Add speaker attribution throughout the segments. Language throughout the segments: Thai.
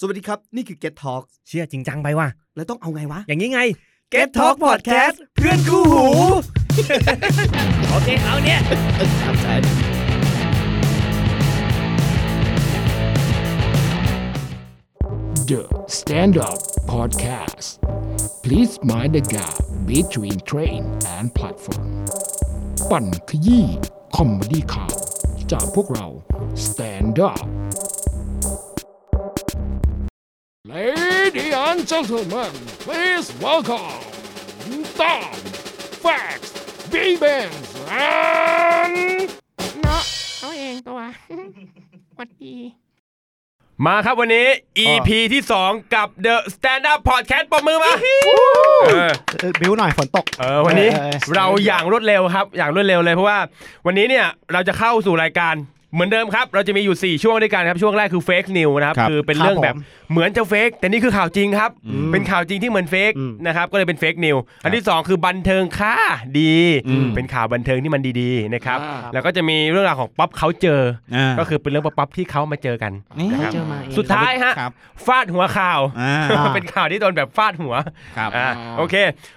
Speaker 1: สวัสดีครับ นี่คือ Get Talk
Speaker 2: เชื่อจริงจังไปว่ะ
Speaker 1: แล้วต้องเอาไงวะ
Speaker 2: อย่างนี้ไง
Speaker 1: Get Talk Podcast เพื่อนคู่หู
Speaker 2: โอเค เอาเนี่ย
Speaker 3: The Stand Up Podcast. Please mind the gap between train and platform. ปั่นขยี้คอมเมดี้ข่าวจากพวกเรา Stand Up Lady and gentlemen, please welcome Tom, Fax, b i g b a n s and
Speaker 4: เนาะเขาเองตัว หวัดดี
Speaker 5: มาครับวันนี้ EP ที่ 2 กับ The Stand Up Podcast ปมมือมาเออ
Speaker 6: เออบิ้วหน่อยฝนตก
Speaker 5: เออวันนี้
Speaker 6: เออ
Speaker 5: เราอย่างรวดเร็วครับ อย่างรวดเร็วเลยเพราะว่าวันนี้เนี่ยเราจะเข้าสู่รายการเหมือนเดิมครับ เราจะมีอยู่ 4 ช่วงด้วยกันครับ ช่วงแรกคือ Fake News นะครับ
Speaker 6: ครับ
Speaker 5: คือเป็นเรื่อง
Speaker 6: ครับ
Speaker 5: แบบ
Speaker 6: ผม
Speaker 5: เหมือนจะเฟกแต่นี่คือข่าวจริงครับ
Speaker 6: อืม
Speaker 5: เป็นข่าวจริงที่เหมือนเฟก
Speaker 6: อืม
Speaker 5: นะครับก็เลยเป็น Fake News อันที่สองคือบันเทิงค่าดี
Speaker 6: อืม
Speaker 5: เป็นข่าวบันเทิงที่มันดีๆนะครับแล้วก็จะมีเรื่องราวของป๊อปเขาเจอ ก็คือเป็นเรื่องป๊อปๆที่เขามาเจอกัน
Speaker 6: นี่
Speaker 5: นะครับ
Speaker 4: เจอมาเอง
Speaker 5: สุดท้ายฮะ
Speaker 6: ครับ
Speaker 5: ฟาดหัวข่าว
Speaker 6: อ่า
Speaker 5: เป็นข่าวที่โดนแบบฟาดหัว
Speaker 6: ครับ
Speaker 5: อ่าโอเค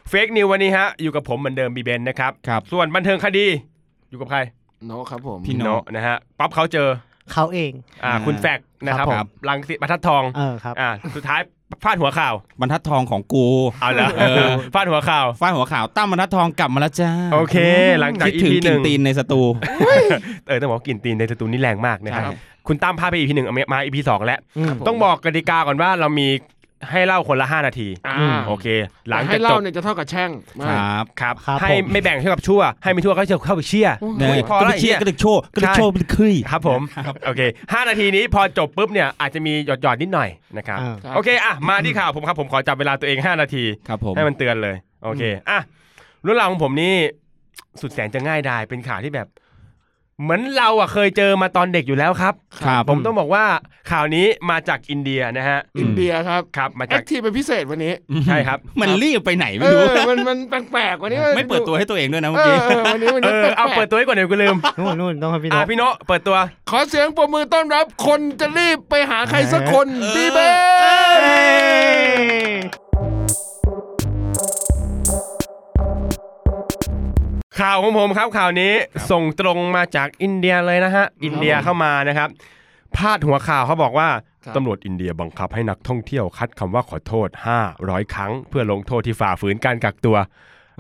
Speaker 5: เฟกนิววันนี้ฮะ อยู่กับผมเหมือนเดิมบีเบนนะครับ
Speaker 6: ครับ
Speaker 5: ส่วนบันเทิงคดี อยู่กับใคร
Speaker 3: โนครับผม
Speaker 6: พี่โน
Speaker 5: นะฮะ ป๊อปเขาเจอ
Speaker 4: เขาเอง
Speaker 5: อ่า
Speaker 6: อ่า
Speaker 5: คุณแฟกนะครับ
Speaker 6: ครับผม
Speaker 5: ลังสิตบรรทัดทอง
Speaker 4: เออครับ
Speaker 5: อ่า สุดท้ายฟาดหัวข่าว
Speaker 6: บรรทัดทองของกู
Speaker 5: เอาละฟาดหัวข่าว
Speaker 6: ฟาดหัวข่าวตั้มบรรทัดทองกลับมาแล้วจ้า
Speaker 5: โอเคหลังจาก
Speaker 6: คิดถึ
Speaker 5: EP
Speaker 6: งกิน
Speaker 5: หนึ่ง
Speaker 6: ตีนในสตู
Speaker 5: เออต้องบอกว่ากลิ่นตีนในสตูนี่แรงมากนะครับ
Speaker 6: ใช่
Speaker 5: คุณตั้มพาไปอีพีหนึ่งเอามาอีพีสองแล้ว
Speaker 4: อืม
Speaker 5: ต้องบอกกติกาก่อนว่าเรามีให้เล่าคนละห้านาที
Speaker 3: อ่า
Speaker 5: โอเค ห
Speaker 3: ห
Speaker 5: ลั
Speaker 3: ลัง
Speaker 5: งจา
Speaker 3: ให้
Speaker 5: กจ
Speaker 3: เล่า
Speaker 5: บ
Speaker 3: เนี่ยจะเท่ากับแช่งมา
Speaker 6: ค
Speaker 3: ก
Speaker 6: รับ
Speaker 5: ครับ
Speaker 4: ครับ
Speaker 5: ให้
Speaker 4: ผม
Speaker 5: ไม่แบ่งให้กับชั่ว ให้ไม่ชั่วก็จะเข้าไปเชี่ย
Speaker 6: เนี่ย
Speaker 5: พอ
Speaker 6: ก็
Speaker 5: แล้ว
Speaker 6: ไป
Speaker 5: ไอ้
Speaker 6: เชี
Speaker 5: เชี่
Speaker 6: ย
Speaker 5: ย
Speaker 6: ร์กระดึกโชว์กระดึก
Speaker 5: ใช่
Speaker 6: โชว์เป็นคุย
Speaker 5: ครับผมโอเคห้านาทีนี้พอจบปุ๊บเนี่ยอาจจะมีหยอดหยอดๆนิดหน่อยนะครับ
Speaker 4: อ่า
Speaker 3: ครับ
Speaker 5: โอเคอ่ะมาที่ข่าวผมครับผมขอจับเวลาตัวเอง 5 นาที
Speaker 6: ครับผม
Speaker 5: ให้มันเตือนเลย โอเคอ่ะเรื่องราวของผมนี่สุดแสนจะง่ายดายเป็นข่าวที่แบบ เหมือนเราอ่ะเคยเจอมาตอนเด็กอยู่แล้วครับ
Speaker 6: ครับ
Speaker 5: ผมต้องบอกว่าข่าวนี้มาจากอินเดียนะฮะ
Speaker 6: อื
Speaker 3: อิ
Speaker 6: ม
Speaker 3: นเดียครับ
Speaker 5: ครับ มา
Speaker 3: แอ
Speaker 5: จาก
Speaker 3: คทีฟเป็นพิเศษวันนี้
Speaker 5: ใช่ครับ
Speaker 6: มันรีบไปไหน
Speaker 3: เอ
Speaker 6: ไม่รู้
Speaker 3: อมันมันแปลกๆวันนี้
Speaker 6: ไม่เปิดตัวให้ตัวเองด้วยนะ
Speaker 3: เอ
Speaker 6: เมื่อกี้
Speaker 3: อเออวันนี้วัน
Speaker 5: เอ
Speaker 3: นี้
Speaker 5: อ
Speaker 3: แปลกๆ
Speaker 5: เอาเปิดตัวให้ก่อนเดี๋ยวกูลืม
Speaker 4: นู่นนู่นต้องให้พี่น
Speaker 5: อ่ะ
Speaker 4: ก
Speaker 5: พี่โนะเปิดตัว
Speaker 3: ขอเสียงปรบมือต้อนรับคนจะรีบไปหาใครสักคนบีเบ
Speaker 5: ข่าวของผมครับข่าวนี้ส่งตรงมาจากอินเดียเลยนะฮะ อินเดียเข้ามานะครับ พาดหัวข่าวเขาบอกว่าตำรวจอินเดียบังคับให้นักท่องเที่ยวคัดคำว่าขอโทษ 500 ครั้ง เพื่อลงโทษที่ฝ่าฝืนการกักตัว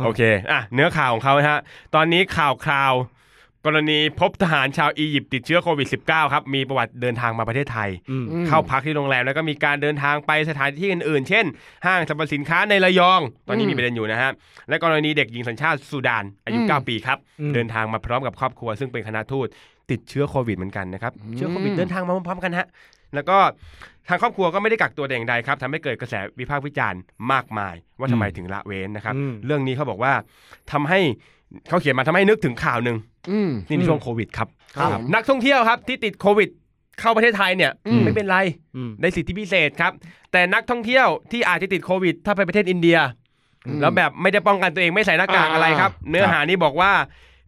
Speaker 5: โอเคอ่ะเนื้อข่าวของเขานะฮะ ตอนนี้ข่าวคราว กรณีพบทหารชาวอียิปต์ติดเชื้อโควิด -19 ครับ มีประวัติเดินทางมาประเทศไทย เข้าพักที่โรงแรมแล้วก็มีการเดินทางไปสถานที่อื่นๆ เช่น ห้างสรรพสินค้าในระยอง ตอนนี้มีประเด็นอยู่นะฮะ และกรณีเด็กหญิงสัญชาติสุดาน อายุ 9 ปีครับ เดินทางมาพร้อมกับครอบครัว ซึ่งเป็นคณะทูตติดเชื้อโควิดเหมือนกันนะครับ เชื้อโควิดเดินทางมาพร้อมๆกันฮะ แล้วก็ทางครอบครัวก็ไม่ได้กักตัวแต่อย่างใดครับทำให้เกิดกระแสวิพากษ์วิจารณ์มากมาย ว่าทำไมถึงละเว้นนะครับ เรื่องนี้เขาบอกว่าทำให้เขาเขียนมาทำให้นึกถึงข่าวหนึ่ง
Speaker 3: อืม
Speaker 5: นี่ในช่วงโควิดครับ
Speaker 3: ครับ
Speaker 5: นักท่องเที่ยวครับที่ติดโควิด เข้าประเทศไทยเนี่ย
Speaker 3: อืม
Speaker 5: ไม่เป็นไรได้สิทธิพิเศษครับ แต่นักท่องเที่ยวที่อาจจะติดโควิด ถ้าไปประเทศอินเดีย แล้วแบบไม่ได้ป้องกันตัวเองไม่ใส่หน้ากากอะไรครับ เนื้อหานี้บอกว่า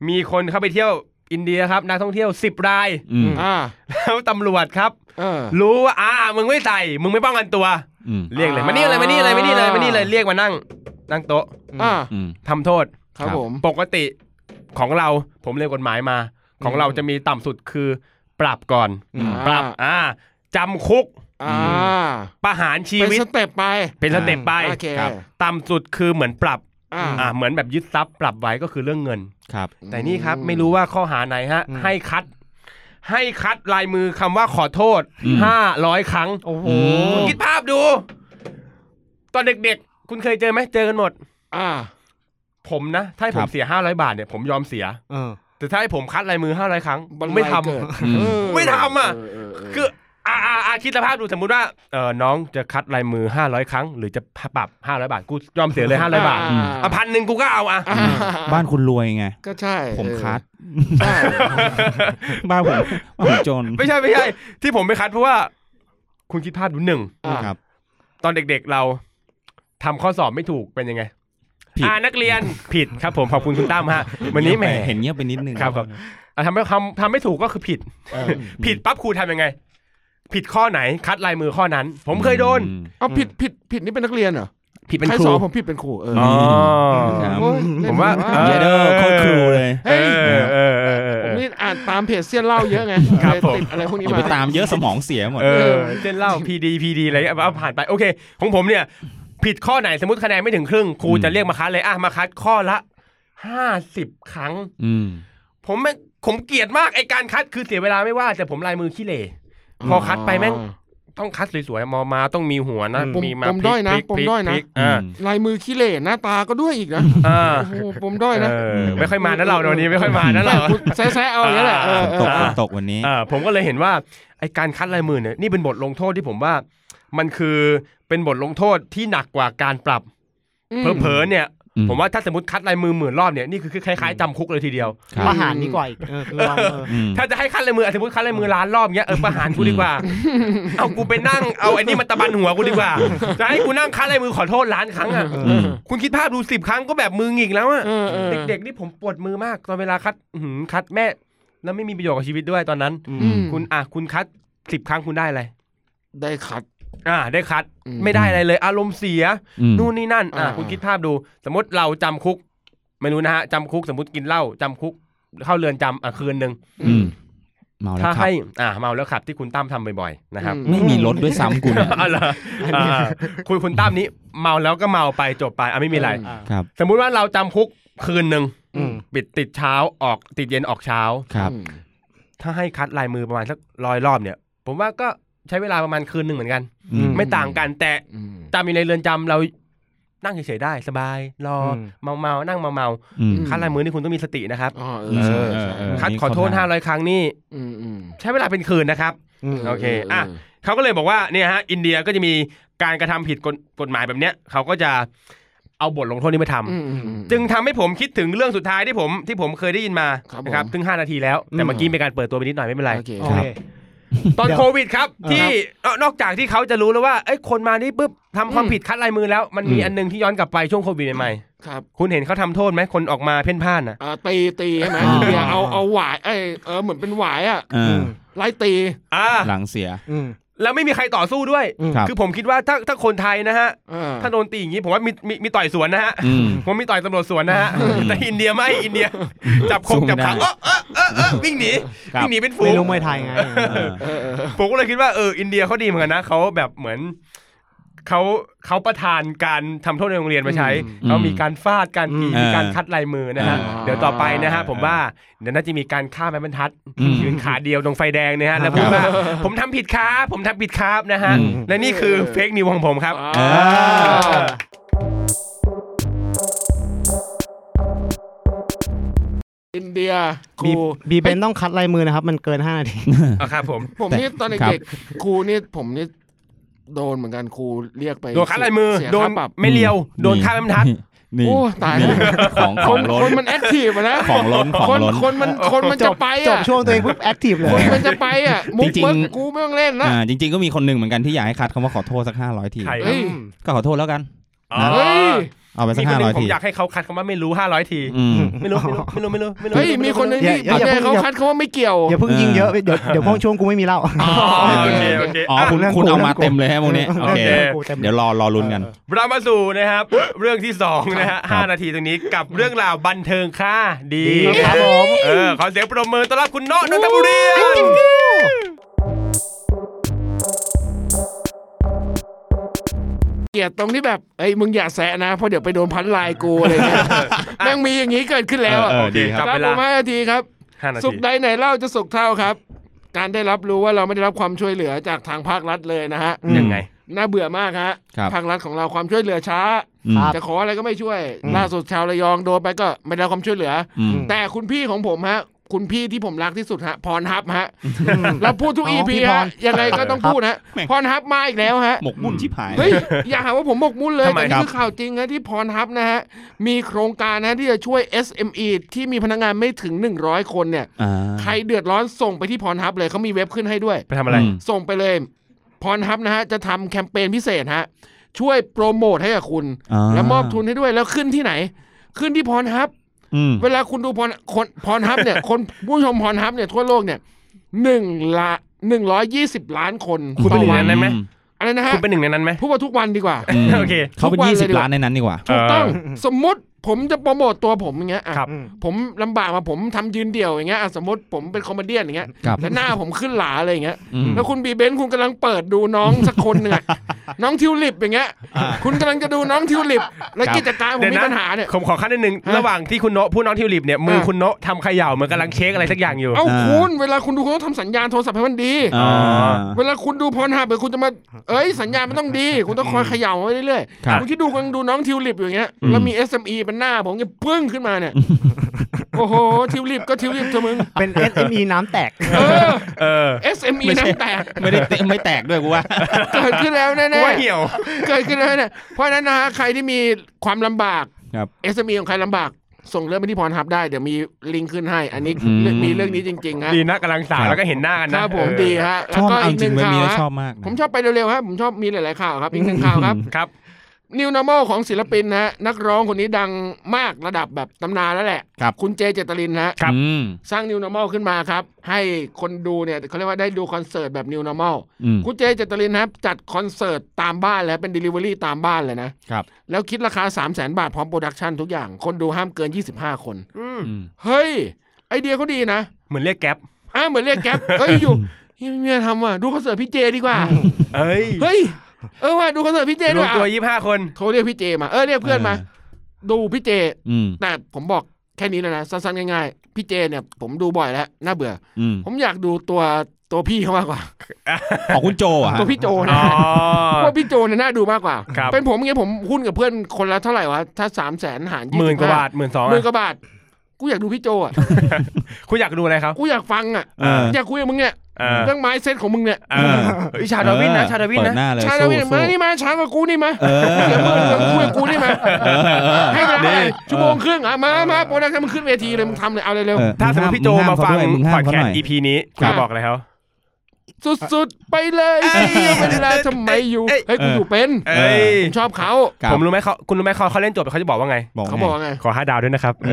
Speaker 5: มีคนเข้าไปเที่ยวอินเดียครับ นักท่องเที่ยว 10 ราย
Speaker 6: อืม
Speaker 3: อ่า
Speaker 5: แล้วตำรวจครับ
Speaker 3: เออ
Speaker 5: รู้ว่าอ่ามึงไม่ใส่มึงไม่ป้องกันตัว
Speaker 6: อืม
Speaker 5: เรียกเลยมานี่เลยมานี่เลยมานี่เลยมานี่เลยเรียกมานั่ง นั่งโต๊ะ
Speaker 3: อ่า
Speaker 6: อืม
Speaker 5: ทำโทษ
Speaker 3: ครับผม
Speaker 5: ปกติของเราผมเรียนกฎหมายมา ของเราจะมีต่ำสุดคือ ปรับก่อน
Speaker 6: อืม
Speaker 5: ปรับอ่าจำคุก
Speaker 3: อ่า
Speaker 5: ประหารชี
Speaker 3: เป็น
Speaker 5: วิต
Speaker 3: สเต็ปไป
Speaker 5: เป็นสเต็ปไป
Speaker 3: โอเค
Speaker 6: ครับ
Speaker 5: ต่ำสุดคือเหมือนปรับ
Speaker 3: อ่า
Speaker 5: อ่าเหมือนแบบยึดทรัพย์ปรับไว้ก็คือเรื่องเงิน
Speaker 6: ครับ
Speaker 5: แต่นี่ครับไม่รู้ว่าข้อหาไหนฮะ ให้คัด ให้คัดลายมือคำว่าขอโทษ
Speaker 6: อืม
Speaker 5: ห้าร้อยครั้ง
Speaker 4: โอ้โห
Speaker 5: คุณคิดภาพดู ตอนเด็กๆ คุณเคยเจอไหมเจอกันหมด
Speaker 3: อ่า
Speaker 5: ผมนะถ้าให้ผ
Speaker 6: ครั
Speaker 5: ม
Speaker 6: บ
Speaker 5: เสียห้าร้อยบาทเนี่ยผมยอมเสีย
Speaker 4: เออ
Speaker 5: แต่ถ้าให้ผมคัดลายมือห้าร้อยครั้ง
Speaker 3: บัน
Speaker 5: ไม่ทำ
Speaker 3: ไลเกิด
Speaker 6: อืม
Speaker 3: เออ
Speaker 5: ไม่ทำอ่ะ
Speaker 3: เเเ
Speaker 5: คืออ่าอ่าอ่าคิดสภาพดูสมมุติว่าเออน้องจะคัดลายมือห้าร้อยครั้ง หรือจะปรับห้าร้อยบาทกูยอมเสียเลยห้าร้อยบาท
Speaker 3: อ่
Speaker 5: อ่ะพันหนึ่งกูก็เอาอ่ะ
Speaker 3: อ่า
Speaker 6: บ้านคุณรวยไง
Speaker 3: ก็ใช่
Speaker 6: ผมคัด
Speaker 3: ใช่
Speaker 6: บ้านผมบ้านผมจน
Speaker 5: ไม่ใช่ไม่ใช่ ที่ผมไม่คัดเพราะว่า คุณคิดภาพดูหนึ่ง
Speaker 3: อ่า
Speaker 6: ครับ
Speaker 5: ตอนเด็กๆเราทำข้อสอบไม่ถูกเป็นยังไง
Speaker 6: ผิด
Speaker 5: อ่านักเรียนผิดครับ ผมขอบคุณคุณตั้มฮะ วันนี้แหม
Speaker 6: เห็นเงียบไปนิดนึง
Speaker 5: ครับครับอ่ะทำไม่ทำทำไม่ถูกก็คือผิด ผิดปั๊บครูทำยังไง ผิดข้อไหนคัดลายมือข้อนั้น ผมเคยโดน
Speaker 6: อืม
Speaker 7: เอาผิดผิดผิดนี่เป็นนักเรียนเหรอ
Speaker 5: ผิดเป็น
Speaker 7: ใคร
Speaker 5: ครู
Speaker 7: สอนผมผิดเป็นครูเออ
Speaker 5: อ๋อ
Speaker 6: ครับ
Speaker 7: โอ้ยเล่น
Speaker 5: ผมว่า
Speaker 7: เออ
Speaker 6: เยเดอร์โคตรครูเลย
Speaker 5: เอ
Speaker 7: เฮ้ย
Speaker 5: อเออเออเออ
Speaker 7: ผ
Speaker 5: เอ
Speaker 7: ม
Speaker 5: อ
Speaker 7: นี่อ่านตามเพจเซียนเล่าเยอะไง
Speaker 5: ครับ
Speaker 7: เล
Speaker 5: ผ
Speaker 7: ย
Speaker 5: ม
Speaker 7: ติดอะไรพวก
Speaker 6: อ
Speaker 7: นี้
Speaker 6: ย่า
Speaker 7: มา
Speaker 6: ไปตามเยอะสมองเสียหมด
Speaker 5: เออ
Speaker 7: เออ
Speaker 5: เส้นเหล่า PD PD อะไรเงี้ยเอาผ่านไปโอเค ของผมเนี่ย ผิดข้อไหนสมมติคะแนนไม่ถึงครึ่งครู
Speaker 6: อืม
Speaker 5: จะเรียกมาคัดเลยอ่ะมาคัดข้อละห้าสิบครั้ง
Speaker 6: อืม
Speaker 5: ผมไม่ผมเกลียดมากไอการคัดคือเสียเวลาไม่ว่า แต่ผมลายมือขี้เหร่พอคัดไปแม่งต้องคัดสวยๆมอมาต้องมีหัวนะ
Speaker 7: ผม
Speaker 5: มีมา
Speaker 7: ผมด้อยนะ
Speaker 5: พลิก
Speaker 7: ผม
Speaker 5: พลิก
Speaker 7: ด้อยนะ
Speaker 5: พลิกอ่า
Speaker 7: ลายมือขี้เหร่หน้าตาก็ด้วยอีกนะ
Speaker 5: อ่า
Speaker 7: โอ้โหผมด้อยนะ
Speaker 5: เออไม่ค่อยมานะเราวันนี้ไม่ค่อยมานะเรา
Speaker 7: แซ่แซ่เอาอย่างนี้ยแหละเออเอ
Speaker 6: ต
Speaker 7: อก
Speaker 5: อ่า
Speaker 6: ฝนตกวันนี้
Speaker 5: อ่าผมก็เลยเห็นว่าไอการคัดลายมือเนี่ยนี่เป็นบทลงโทษที่ผมว่า มันคือเป็นบทลงโทษที่หนักกว่าการปรับ
Speaker 7: อืม
Speaker 5: เผลอๆเนี่ย
Speaker 6: อืม
Speaker 5: ผมว่าถ้าสมมติคัดลายมือหมื่นรอบเนี่ยนี่คือคล้ายๆจำคุกเลยทีเดียว
Speaker 6: ครับ
Speaker 1: ประหารดีกว่าอีกเออลองเออ
Speaker 6: อืม
Speaker 5: ถ้าจะให้คัดลายมืออ่ะสมมติคัดลายมือล้านรอบเนี้ยเออประหารกูดีกว่า เอากูไปนั่งเอาไอ้นี่มาตะบันหัวกูดีกว่า จะให้กูนั่งคัดลายมือขอโทษล้านครั้งอ่ะ
Speaker 6: อืม
Speaker 5: คุณคิดภาพดูสิบครั้งก็แบบมือหงิกแล้วอ่ะ
Speaker 7: เออเออ
Speaker 5: เด็กๆนี่ผมปวดมือมากตอนเวลาคัดอื้อหือคัดแม่แล้วไม่มีประโยชน์กับชีวิตด้วยตอนนั้น
Speaker 7: อืม
Speaker 5: คุณอ่ะคุณคัดสิบครั้งคุณได้อะไร
Speaker 7: ได้ขัด
Speaker 5: อ่าได้คัด
Speaker 7: อืม
Speaker 5: ไม่ได้อะไรเลย อารมณ์เสีย
Speaker 6: อืม
Speaker 5: นู่นนี่นั่น อ่ะ
Speaker 7: อ่า
Speaker 5: คุณคิดภาพดู สมมติเราจำคุก ไม่รู้นะฮะจำคุก สมมติกินเหล้าจำคุก เข้าเรือนจำอ่ะคืนหนึ่ง
Speaker 6: อืมเมาแล้ว
Speaker 5: ถ้า
Speaker 6: ครับ
Speaker 5: ให้อ่าเมาแล้วขับที่คุณตั้มทำบ่อยๆนะครับ
Speaker 7: อื
Speaker 6: ไม่มีรถด้วยซ้ำกูเนี่ย
Speaker 5: อะไรอ่าคุยคุณตั้มนี้เมาแล้วก็เมาไปจบไปอ่ะไม่มีอะไร
Speaker 6: ครับ
Speaker 5: สมมุติว่าเราจำคุกคืนหนึ่ง
Speaker 1: อืม
Speaker 5: ปิดติดเช้าออกติดเย็นออกเช้า
Speaker 6: ครับ
Speaker 7: อืม
Speaker 5: ถ้าให้คัดลายมือประมาณสักร้อยรอบเนี่ย ผมว่าก็ใช้เวลาประมาณคืนหนึ่งเหมือนกัน
Speaker 6: อืม
Speaker 5: ไม่ต่างกันแต่
Speaker 7: อืม
Speaker 5: จำอยู่ในเรือนจำเรานั่งเฉยๆได้สบาย รอ
Speaker 1: ม
Speaker 5: เมาเมาๆนั่งเมาเมา
Speaker 6: อืม
Speaker 5: ๆ
Speaker 7: ม
Speaker 5: คัดลายมือนี่คุณต้องมีสตินะครับ
Speaker 7: อ๋อเออ
Speaker 6: เออ
Speaker 7: ใช่
Speaker 6: เออเออ
Speaker 5: คัดขอโทษ
Speaker 6: นี่ข้อห้า
Speaker 5: 500 ครั้งนี่
Speaker 7: อืมอืม
Speaker 5: ใช้เวลาเป็นคืนนะครับ
Speaker 1: อืม
Speaker 5: โอเคอ่ะ เขาก็เลยบอกว่าเนี่ยฮะอินเดียก็จะมีการกระทำผิดกฎกฎหมายแบบเนี้ยเขาก็จะเอาบทลงโทษนี้มาทำ
Speaker 7: อืมอืมอืม
Speaker 5: จึงทำให้ผมคิดถึงเรื่องสุดท้ายที่ผมที่ผมเคยได้ยินมา
Speaker 7: ครับผม
Speaker 5: นะครับถึง 5 นาทีแล้ว แต่เมื่อกี้เป็นการเปิดตัวไปนิดหน่อยไม่เป็นไร
Speaker 7: โอเค
Speaker 1: โอ
Speaker 6: ครั
Speaker 1: เค
Speaker 6: บ
Speaker 5: ตอน
Speaker 1: เดี๋ยว
Speaker 5: โควิดครับ
Speaker 1: อ่า
Speaker 5: ที่เอ่อนอกจากที่เขาจะรู้แล้วว่าไอ้ยคนมานี่ปุ๊บทำความ
Speaker 7: อืม
Speaker 5: ผิดคัดลายมือแล้ว มันมี
Speaker 6: อืม
Speaker 5: อันหนึงที่ย้อนกลับไปช่วงโควิดใหม่ๆ
Speaker 7: ครับ
Speaker 5: คุณเห็นเขาทำโทษไหมคนออกมาเพ่นพ่านอ่ะ
Speaker 7: อ่าตีตีใช่ไหม
Speaker 1: อ่า
Speaker 7: อย่าเอาเอาหวายไอยเออเหมือนเป็นหวายอ่ะ
Speaker 6: เออ
Speaker 7: ไล่ตี
Speaker 5: อ่า
Speaker 6: หลังเสีย
Speaker 1: อืม
Speaker 5: แล้วไม่มีใครต่อสู้ด้วย
Speaker 1: อืม
Speaker 6: ครับ
Speaker 5: คือผมคิดว่าถ้าถ้าคนไทยนะฮะ
Speaker 7: เออ
Speaker 5: ถ้าโดนตีอย่างนี้ผมว่ามีมีมีต่อยสวนนะฮะ
Speaker 6: อืม
Speaker 5: ผมมีต่อยตำรวจสวนนะฮะ
Speaker 6: อืม
Speaker 5: แต่อินเดียไม่อินเดีย จับคง
Speaker 6: สู้ไม่
Speaker 5: จับขัง
Speaker 6: ได้
Speaker 5: เออเออเออเออวิ่งหนี
Speaker 6: ครับ
Speaker 5: วิ่งหนีเป็นฝู
Speaker 1: ไม่
Speaker 5: ง
Speaker 1: รู้มวยไทยไง
Speaker 6: เออ
Speaker 7: เออเออ
Speaker 5: ผมก็เลยคิดว่าเอออินเดียเขาดีเหมือนกันนะเขาแบบเหมือนเขาเขาประทานการทำโทษในโรงเรียนมาใช้
Speaker 6: อืม
Speaker 5: เขามีการฟาดการตี
Speaker 6: อืม
Speaker 5: มีการคัดลายมือนะฮะ
Speaker 6: อ่า
Speaker 5: เดี๋ยวต่อไปนะฮะผมว่าเดี๋ยวน่าจะมีการฆ่าไม้บรรทัด
Speaker 6: อืม
Speaker 5: ยืนขาเดียวตรงไฟแดงนะฮะแล้วพูดว่าผมทำผิดครับผมทำผิดครับนะฮะ
Speaker 6: อืม
Speaker 5: และนี่คือเฟกนิวของผมครับ
Speaker 7: อ่า
Speaker 6: เออ
Speaker 7: อินเดียค
Speaker 1: บี
Speaker 7: รู
Speaker 1: บีเบนต้องคัดลายมือนะครับ มันเกินห้านาที
Speaker 5: อ่ะครับผม
Speaker 7: ผมนี่ตอน
Speaker 6: ครับ
Speaker 7: เด็กๆครูนี่ผมนี่โดนเหมือนกันครูเรียกไป
Speaker 5: โดนคัดลายมือ
Speaker 7: เสีย
Speaker 5: โดน
Speaker 7: ค่าปรับ
Speaker 5: ไม่เลียวโดนฆ่าไม้บรรทัด
Speaker 6: นี่
Speaker 7: โอ้ตาย
Speaker 6: นี่ของข
Speaker 7: ค
Speaker 6: อง
Speaker 7: น
Speaker 6: ล้
Speaker 7: คน นมันแอคทีฟอะนะ
Speaker 6: ของล้นของ
Speaker 7: คน
Speaker 6: ล้น
Speaker 7: คนมันคนมันจะไป
Speaker 1: จบ
Speaker 7: อ่ะ
Speaker 1: ช่วงตัวเองปุ๊บแอคทีฟเลย
Speaker 7: คนมันจะไปอ่ะมุก
Speaker 6: จริงๆ
Speaker 7: เวิร์กกูไม่ต้องเล่นนะ
Speaker 6: อ่าจริง ๆก็มีคนหนึ่งเหมือนกันที่อยากให้คัดคำว่าขอโทษสักห้าร้อยที
Speaker 5: ใคร
Speaker 7: เฮ้ย
Speaker 6: ก็ขอโทษแล้วกัน
Speaker 5: อ๋อ
Speaker 7: เฮ้ย
Speaker 6: เอาไปสั
Speaker 5: มี
Speaker 6: ก
Speaker 5: คน
Speaker 6: ห้า
Speaker 5: หนึ่
Speaker 6: ร้อย
Speaker 5: งผม
Speaker 6: ที
Speaker 5: อยากให้เขาคัดคำว่าไม่รู้ห้าร้อยที
Speaker 6: อืม
Speaker 5: ไม่รู้ไม่รู้ไม่รู้ไม่รู้
Speaker 7: เฮ้ย
Speaker 5: ไรู้
Speaker 7: มีคนหนึง
Speaker 1: อย่า
Speaker 7: ที่
Speaker 1: อย่าอย่า
Speaker 7: ที่เขา
Speaker 1: อย่า
Speaker 7: คัดเขาว่าไม่เกี่ยว
Speaker 1: อย่าเพิ่งยิงเยอะ เดี๋ยวเดี๋ยวพ่อช่วงกูไม่มีเหล้า
Speaker 5: อ๋อโอเคโอเค
Speaker 6: อ๋อ
Speaker 5: อ่ะ
Speaker 6: คุณ
Speaker 1: เรื่อง
Speaker 6: คุณ
Speaker 1: กู
Speaker 6: เอามา
Speaker 1: เรื่องกู
Speaker 6: เต็มเลยฮะพวกนี้โอเค
Speaker 5: โอเค
Speaker 6: เดี๋ยวรอรอลุ้นกัน
Speaker 5: เรามาสู่นะครับ เรื่องที่สองนะฮะห้านาทีตรงนี้กับเรื่องราวบันเทิงค่าดี
Speaker 1: ครับผม
Speaker 5: เออขอเสียงปรบมือต้อนรับคุณโน้ตนันทบุรี
Speaker 7: เกลียดตรงที่แบบเอ้ยมึงอย่าแซะนะเพราะเดี๋ยวไปโดนพันลายกูอะไรเงี้ยแม่งมีอย่างนี้เกิดขึ้นแล้วอะ
Speaker 6: เออ
Speaker 5: โอเคค
Speaker 7: ค
Speaker 5: รั
Speaker 7: รั
Speaker 5: บบ เว
Speaker 7: ผ
Speaker 5: ลาม
Speaker 7: ห้านาทีครับ
Speaker 5: ห้านา
Speaker 7: สุข
Speaker 5: ที
Speaker 7: ใดไหนเล่าจะสุขเท่าครับ การได้รับรู้ว่าเราไม่ได้รับความช่วยเหลือจากทางภาครัฐเลยนะฮะ
Speaker 5: ยังไง
Speaker 7: น่าเบื่อมากฮะ
Speaker 6: ครับ
Speaker 7: ภาครัฐของเราความช่วยเหลือช้า
Speaker 6: อืม
Speaker 1: ครับ
Speaker 7: จะขออะไรก็ไม่ช่วยล่าสุดชาวระยองโดนไปก็ไม่ได้รับความช่วยเหลืออ
Speaker 6: ม
Speaker 7: แต่คุณพี่ของผมฮะ คุณพี่ที่ผมรักที่สุดฮะพรฮับฮะเราพูดทุก
Speaker 1: อ๋
Speaker 7: อี
Speaker 1: อพี่
Speaker 7: พี
Speaker 1: พร
Speaker 7: ฮะยังไงก็ต้องพูดฮะ
Speaker 6: แม่ง
Speaker 7: พรฮับมาอีกแล้วฮะ
Speaker 6: หมกมุ่นชิบหาย
Speaker 7: เฮ้ย อย่าหาว่าผมหมกมุ่นเลย
Speaker 5: ทำไม
Speaker 7: แต่
Speaker 5: ครั
Speaker 7: นี่
Speaker 5: บ
Speaker 7: คือข่าวจริงนะที่พรทับนะฮะ มีโครงการนะที่จะช่วย SME ที่มีพนักงานไม่ถึง 100 คนเนี่ย
Speaker 6: อ่า
Speaker 7: ใครเดือดร้อนส่งไปที่พรทับเลยเขามีเว็บขึ้นให้ด้วย
Speaker 5: ไปทำอะไร
Speaker 6: ม
Speaker 7: ส่งไปเลยพรทับนะฮะ จะทำแคมเปญพิเศษฮะ ช่วยโปรโมทให้กับคุณ
Speaker 6: อ่า
Speaker 7: แล้วมอบทุนให้ด้วยแล้วขึ้นที่ไหน ขึ้นที่พรทับ
Speaker 6: อืม
Speaker 7: เวลาคุณดูพรคนพรทับเนี่ย คนผู้ชมพรทับเนี่ยทั่วโลกเนี่ยหนึ่งละ 120 ล้านคน
Speaker 5: คุณ
Speaker 7: ต่
Speaker 5: เป็นห
Speaker 7: อ
Speaker 5: นึ่ง
Speaker 7: วั
Speaker 5: ใน
Speaker 7: น
Speaker 5: นั้นไหม
Speaker 6: อืม
Speaker 7: อะไรนะฮะ
Speaker 5: คุณเป็นหนึ่งในนั้นไหม
Speaker 7: พูดว่าทุกวันดีกว่า
Speaker 6: ม
Speaker 5: โอเค
Speaker 6: เขาเป็น
Speaker 7: ทุกวัน
Speaker 6: ยี่
Speaker 7: เลย
Speaker 6: สิ
Speaker 7: ดีก
Speaker 6: บ
Speaker 7: ว่า
Speaker 6: ล้านในนั้นดีกว่า
Speaker 7: ถูกต้อง
Speaker 1: เออ
Speaker 7: สมมติผมจะโปรโมทตัวผมอย่างเงี้ยอ่ะ
Speaker 5: ครับ
Speaker 1: อืม
Speaker 7: ผมลำบากมาผมทำยืนเดี่ยวอย่างเงี้ยอ่ะสมมติผมเป็นคอมเมเดี้อย่างเงี้ย
Speaker 6: ครับ
Speaker 7: แต่หน้าผมขึ้นหลาอะไรอย่างเงี้ย
Speaker 6: อืม
Speaker 7: แล้วคุณบีเบนซ์คุณกำลังเปิดดูน้องสักคนหนึ่งอะ น้องทิวลิปอย่างเงี้ย คุณกำลังจะดูน้องทิวลิป แล้ว
Speaker 6: ครับ
Speaker 7: กิจการผม
Speaker 5: เดี๋ยว
Speaker 7: มี
Speaker 5: นะ
Speaker 7: ปัญหาเนี่ย
Speaker 5: ผมขอขั้นนิดนึง
Speaker 7: ฮะ
Speaker 5: ระหว่างที่คุณโนะพูดน้องทิวลิปเนี่ยมืออา คุณโนะทำเขย่าเหมือนกำลังเช็คอะไรสักอย่างอยู่
Speaker 7: เอ้า
Speaker 6: อ่า
Speaker 7: คุณเวลาคุณดูคุณต้องทำสัญญาณโทรศัพท์ให้มันดี
Speaker 6: อ่า
Speaker 7: เวลาคุณดูพรหับเดี๋ยวคุณจะมาเอ้ยสัญญาณมันต้องดี คุณต้องคอยเขย่าไว้เรื่อย
Speaker 6: ครับ
Speaker 7: ๆคุณที่ดูกำลังดูน้องทิวลิปอยู่อย่างเงี้ยแล้วมี SME เป็นหน้าผมจะปึ้งขึ้นมา เนี่ย โอ้โหทิวลิปก็ทิวลิปเถอะมึง
Speaker 1: เป็น SME น้ำแตก
Speaker 7: เออ
Speaker 5: เออ
Speaker 7: SME
Speaker 6: ไม่ใช่
Speaker 7: น้ำแตก
Speaker 6: ไม่ได้เตะไม่แตกด้วยกูว่า
Speaker 7: เกิดขึ้นแล้วแน่
Speaker 5: กูว่า
Speaker 7: ๆ
Speaker 5: เหี่ยว
Speaker 7: เกิดขึ้นแล้วเนี่ย เพราะฉะนั้นนะฮะใครที่มีความลำบาก
Speaker 6: ครับ
Speaker 7: SME ของใครลำบาก ส่งเรื่องไปที่พรทับได้ เดี๋ยวมีลิงก์ขึ้นให้ อันนี้
Speaker 6: อืม
Speaker 7: มีเรื่องนี้จริง ๆ ฮะ
Speaker 5: ดีนะกำลังสาว
Speaker 6: ครับ
Speaker 5: แล้วก็เห็นหน้ากัน
Speaker 7: ค
Speaker 5: นะ
Speaker 7: รับผม
Speaker 5: เออ
Speaker 7: ดีฮะ
Speaker 6: ช
Speaker 7: แล้ว
Speaker 6: อบ
Speaker 7: ก็
Speaker 6: เอา
Speaker 7: อีกห
Speaker 6: จริ
Speaker 7: นึ่
Speaker 6: ง
Speaker 7: ง
Speaker 6: ไม่
Speaker 7: ข่า
Speaker 6: มี
Speaker 7: ว
Speaker 6: แล้วชอ
Speaker 7: ฮะ
Speaker 6: บมากนะ
Speaker 7: ผมชอบไปเร็วๆฮะ ผมชอบมีหลายๆข่าวครับ อีกหนึ่งข่าวครับ
Speaker 5: ครับ
Speaker 7: New Normal ของศิลปินนะฮะ นักร้องคนนี้ดังมากระดับแบบตำนานแล้วแหละ
Speaker 6: ครับ
Speaker 7: คุณเจเจตลินฮะ
Speaker 5: ครับ
Speaker 6: อืม
Speaker 7: สร้าง New Normal ขึ้นมาครับ ให้คนดูเนี่ยเขาเรียกว่าได้ดูคอนเสิร์ตแบบ New Normal
Speaker 6: อืม
Speaker 7: คุณเจเจตลินนะครับจัดคอนเสิร์ตตามบ้านแล้วเป็น Delivery ตามบ้านเลยนะครับ แล้วคิดราคา 3 0 0 0 0 0 บาทพร้อมโปรดักชันทุกอย่าง คนดูห้ามเกิน 25 คน
Speaker 6: อืม
Speaker 7: เฮ้ย ไอเดียเขาดีนะ
Speaker 5: เหมือนเรียกแก๊ป
Speaker 7: อ้าวเหมือนเรียกแก๊ป เฮ้ย อยู่เฮ้ยไม่มีอะไรทำว่ะดูคอนเสิร์ตพี่เจดีกว่า
Speaker 5: เอ้ย
Speaker 7: เฮ้ย เออว่ะดูคอนเสิร์ตพี่เจ
Speaker 5: ร
Speaker 7: ดี
Speaker 5: วม
Speaker 7: กว่า
Speaker 5: ตัวยี่ห้าคน
Speaker 7: โทรเรียกพี่เจมาเออเรียกเพื่อนมา
Speaker 6: เอ
Speaker 7: ดูพี่เจ
Speaker 6: อืม
Speaker 7: แต่ผมบอกแค่นี้แล้วนะสั้นๆง่ายๆพี่เจเนี่ยผมดูบ่อยแล้วน่าเบื่อ
Speaker 6: อืม
Speaker 7: ผมอยากดูตัวตัวพี่เขามากกว่า
Speaker 6: ของคุณโจอ่ะฮะ
Speaker 7: ตัวพี่โจนะ
Speaker 5: อ๋อ
Speaker 7: ว่าพี่โจเนี่ยน่าดูมากกว่า
Speaker 5: ครับ
Speaker 7: เป็นผมอย่างเงี้ยผมหุ้นกับเพื่อนคนละเท่าไหร่วะ ถ้าสามแสนหาร
Speaker 5: หมื่นกว่าบาทหมื่นสอง
Speaker 7: หมื่นกว่าบาท กูอยากดูพี่โจอ่ะ
Speaker 5: คุณอยากดูอะไรครับ
Speaker 7: กูอยากฟังอ่ะ
Speaker 6: เออ
Speaker 7: อยากคุยกับมึงเนี่ย
Speaker 5: เออ
Speaker 7: เรื่องไม้เซตของมึงเนี่ย
Speaker 5: เออเฮ้ยชาดาวินนะชาดาวิน
Speaker 6: เปิ
Speaker 5: นะ
Speaker 6: หน้าเลย
Speaker 7: ชาดาวิน
Speaker 6: สู้
Speaker 7: มา
Speaker 6: สู้
Speaker 7: นี่มาช้ากว่ากูนี่มา
Speaker 6: เออ
Speaker 7: เดี๋ยวมึงเดี๋ยวคุยกับกูนี่มา
Speaker 6: เออเออ
Speaker 7: ให้เวลาเท่าไหร่
Speaker 6: นี่
Speaker 7: ชั่วโมงครึ่งอ่ะ มามาโปรดักชั่นมึงขึ้นเวทีเลยมึงทำเลยเอาเลยเร็ว
Speaker 6: เออ
Speaker 5: ถ้าสมมติพี่โจมาฟัง
Speaker 6: มึง
Speaker 5: พอ
Speaker 6: ห้าม
Speaker 5: ด
Speaker 6: เขา
Speaker 5: แค
Speaker 6: ด้
Speaker 5: สต์
Speaker 6: วยมึงห้ามเขาหน่อย
Speaker 5: EP นี้คุ
Speaker 7: ค
Speaker 5: ณ
Speaker 7: รับ
Speaker 5: บอกอะไรเขา
Speaker 7: สุดๆไปเลย
Speaker 5: เอ้ย
Speaker 7: เสียเวลาทำไมอยู่ เฮ้ยกูอยู่เป็น
Speaker 5: เอ้ย
Speaker 7: ผมชอบเขา
Speaker 6: ครับ
Speaker 5: ผมรู้ไหมเขาคุณรู้ไหมเขาเขาเล่นจบไปเขาจะบอกว่าไง
Speaker 6: บอก
Speaker 7: เขาบอก
Speaker 6: ไง
Speaker 7: ว่าไง
Speaker 5: ขอห้าดาวด้วยนะครับเอ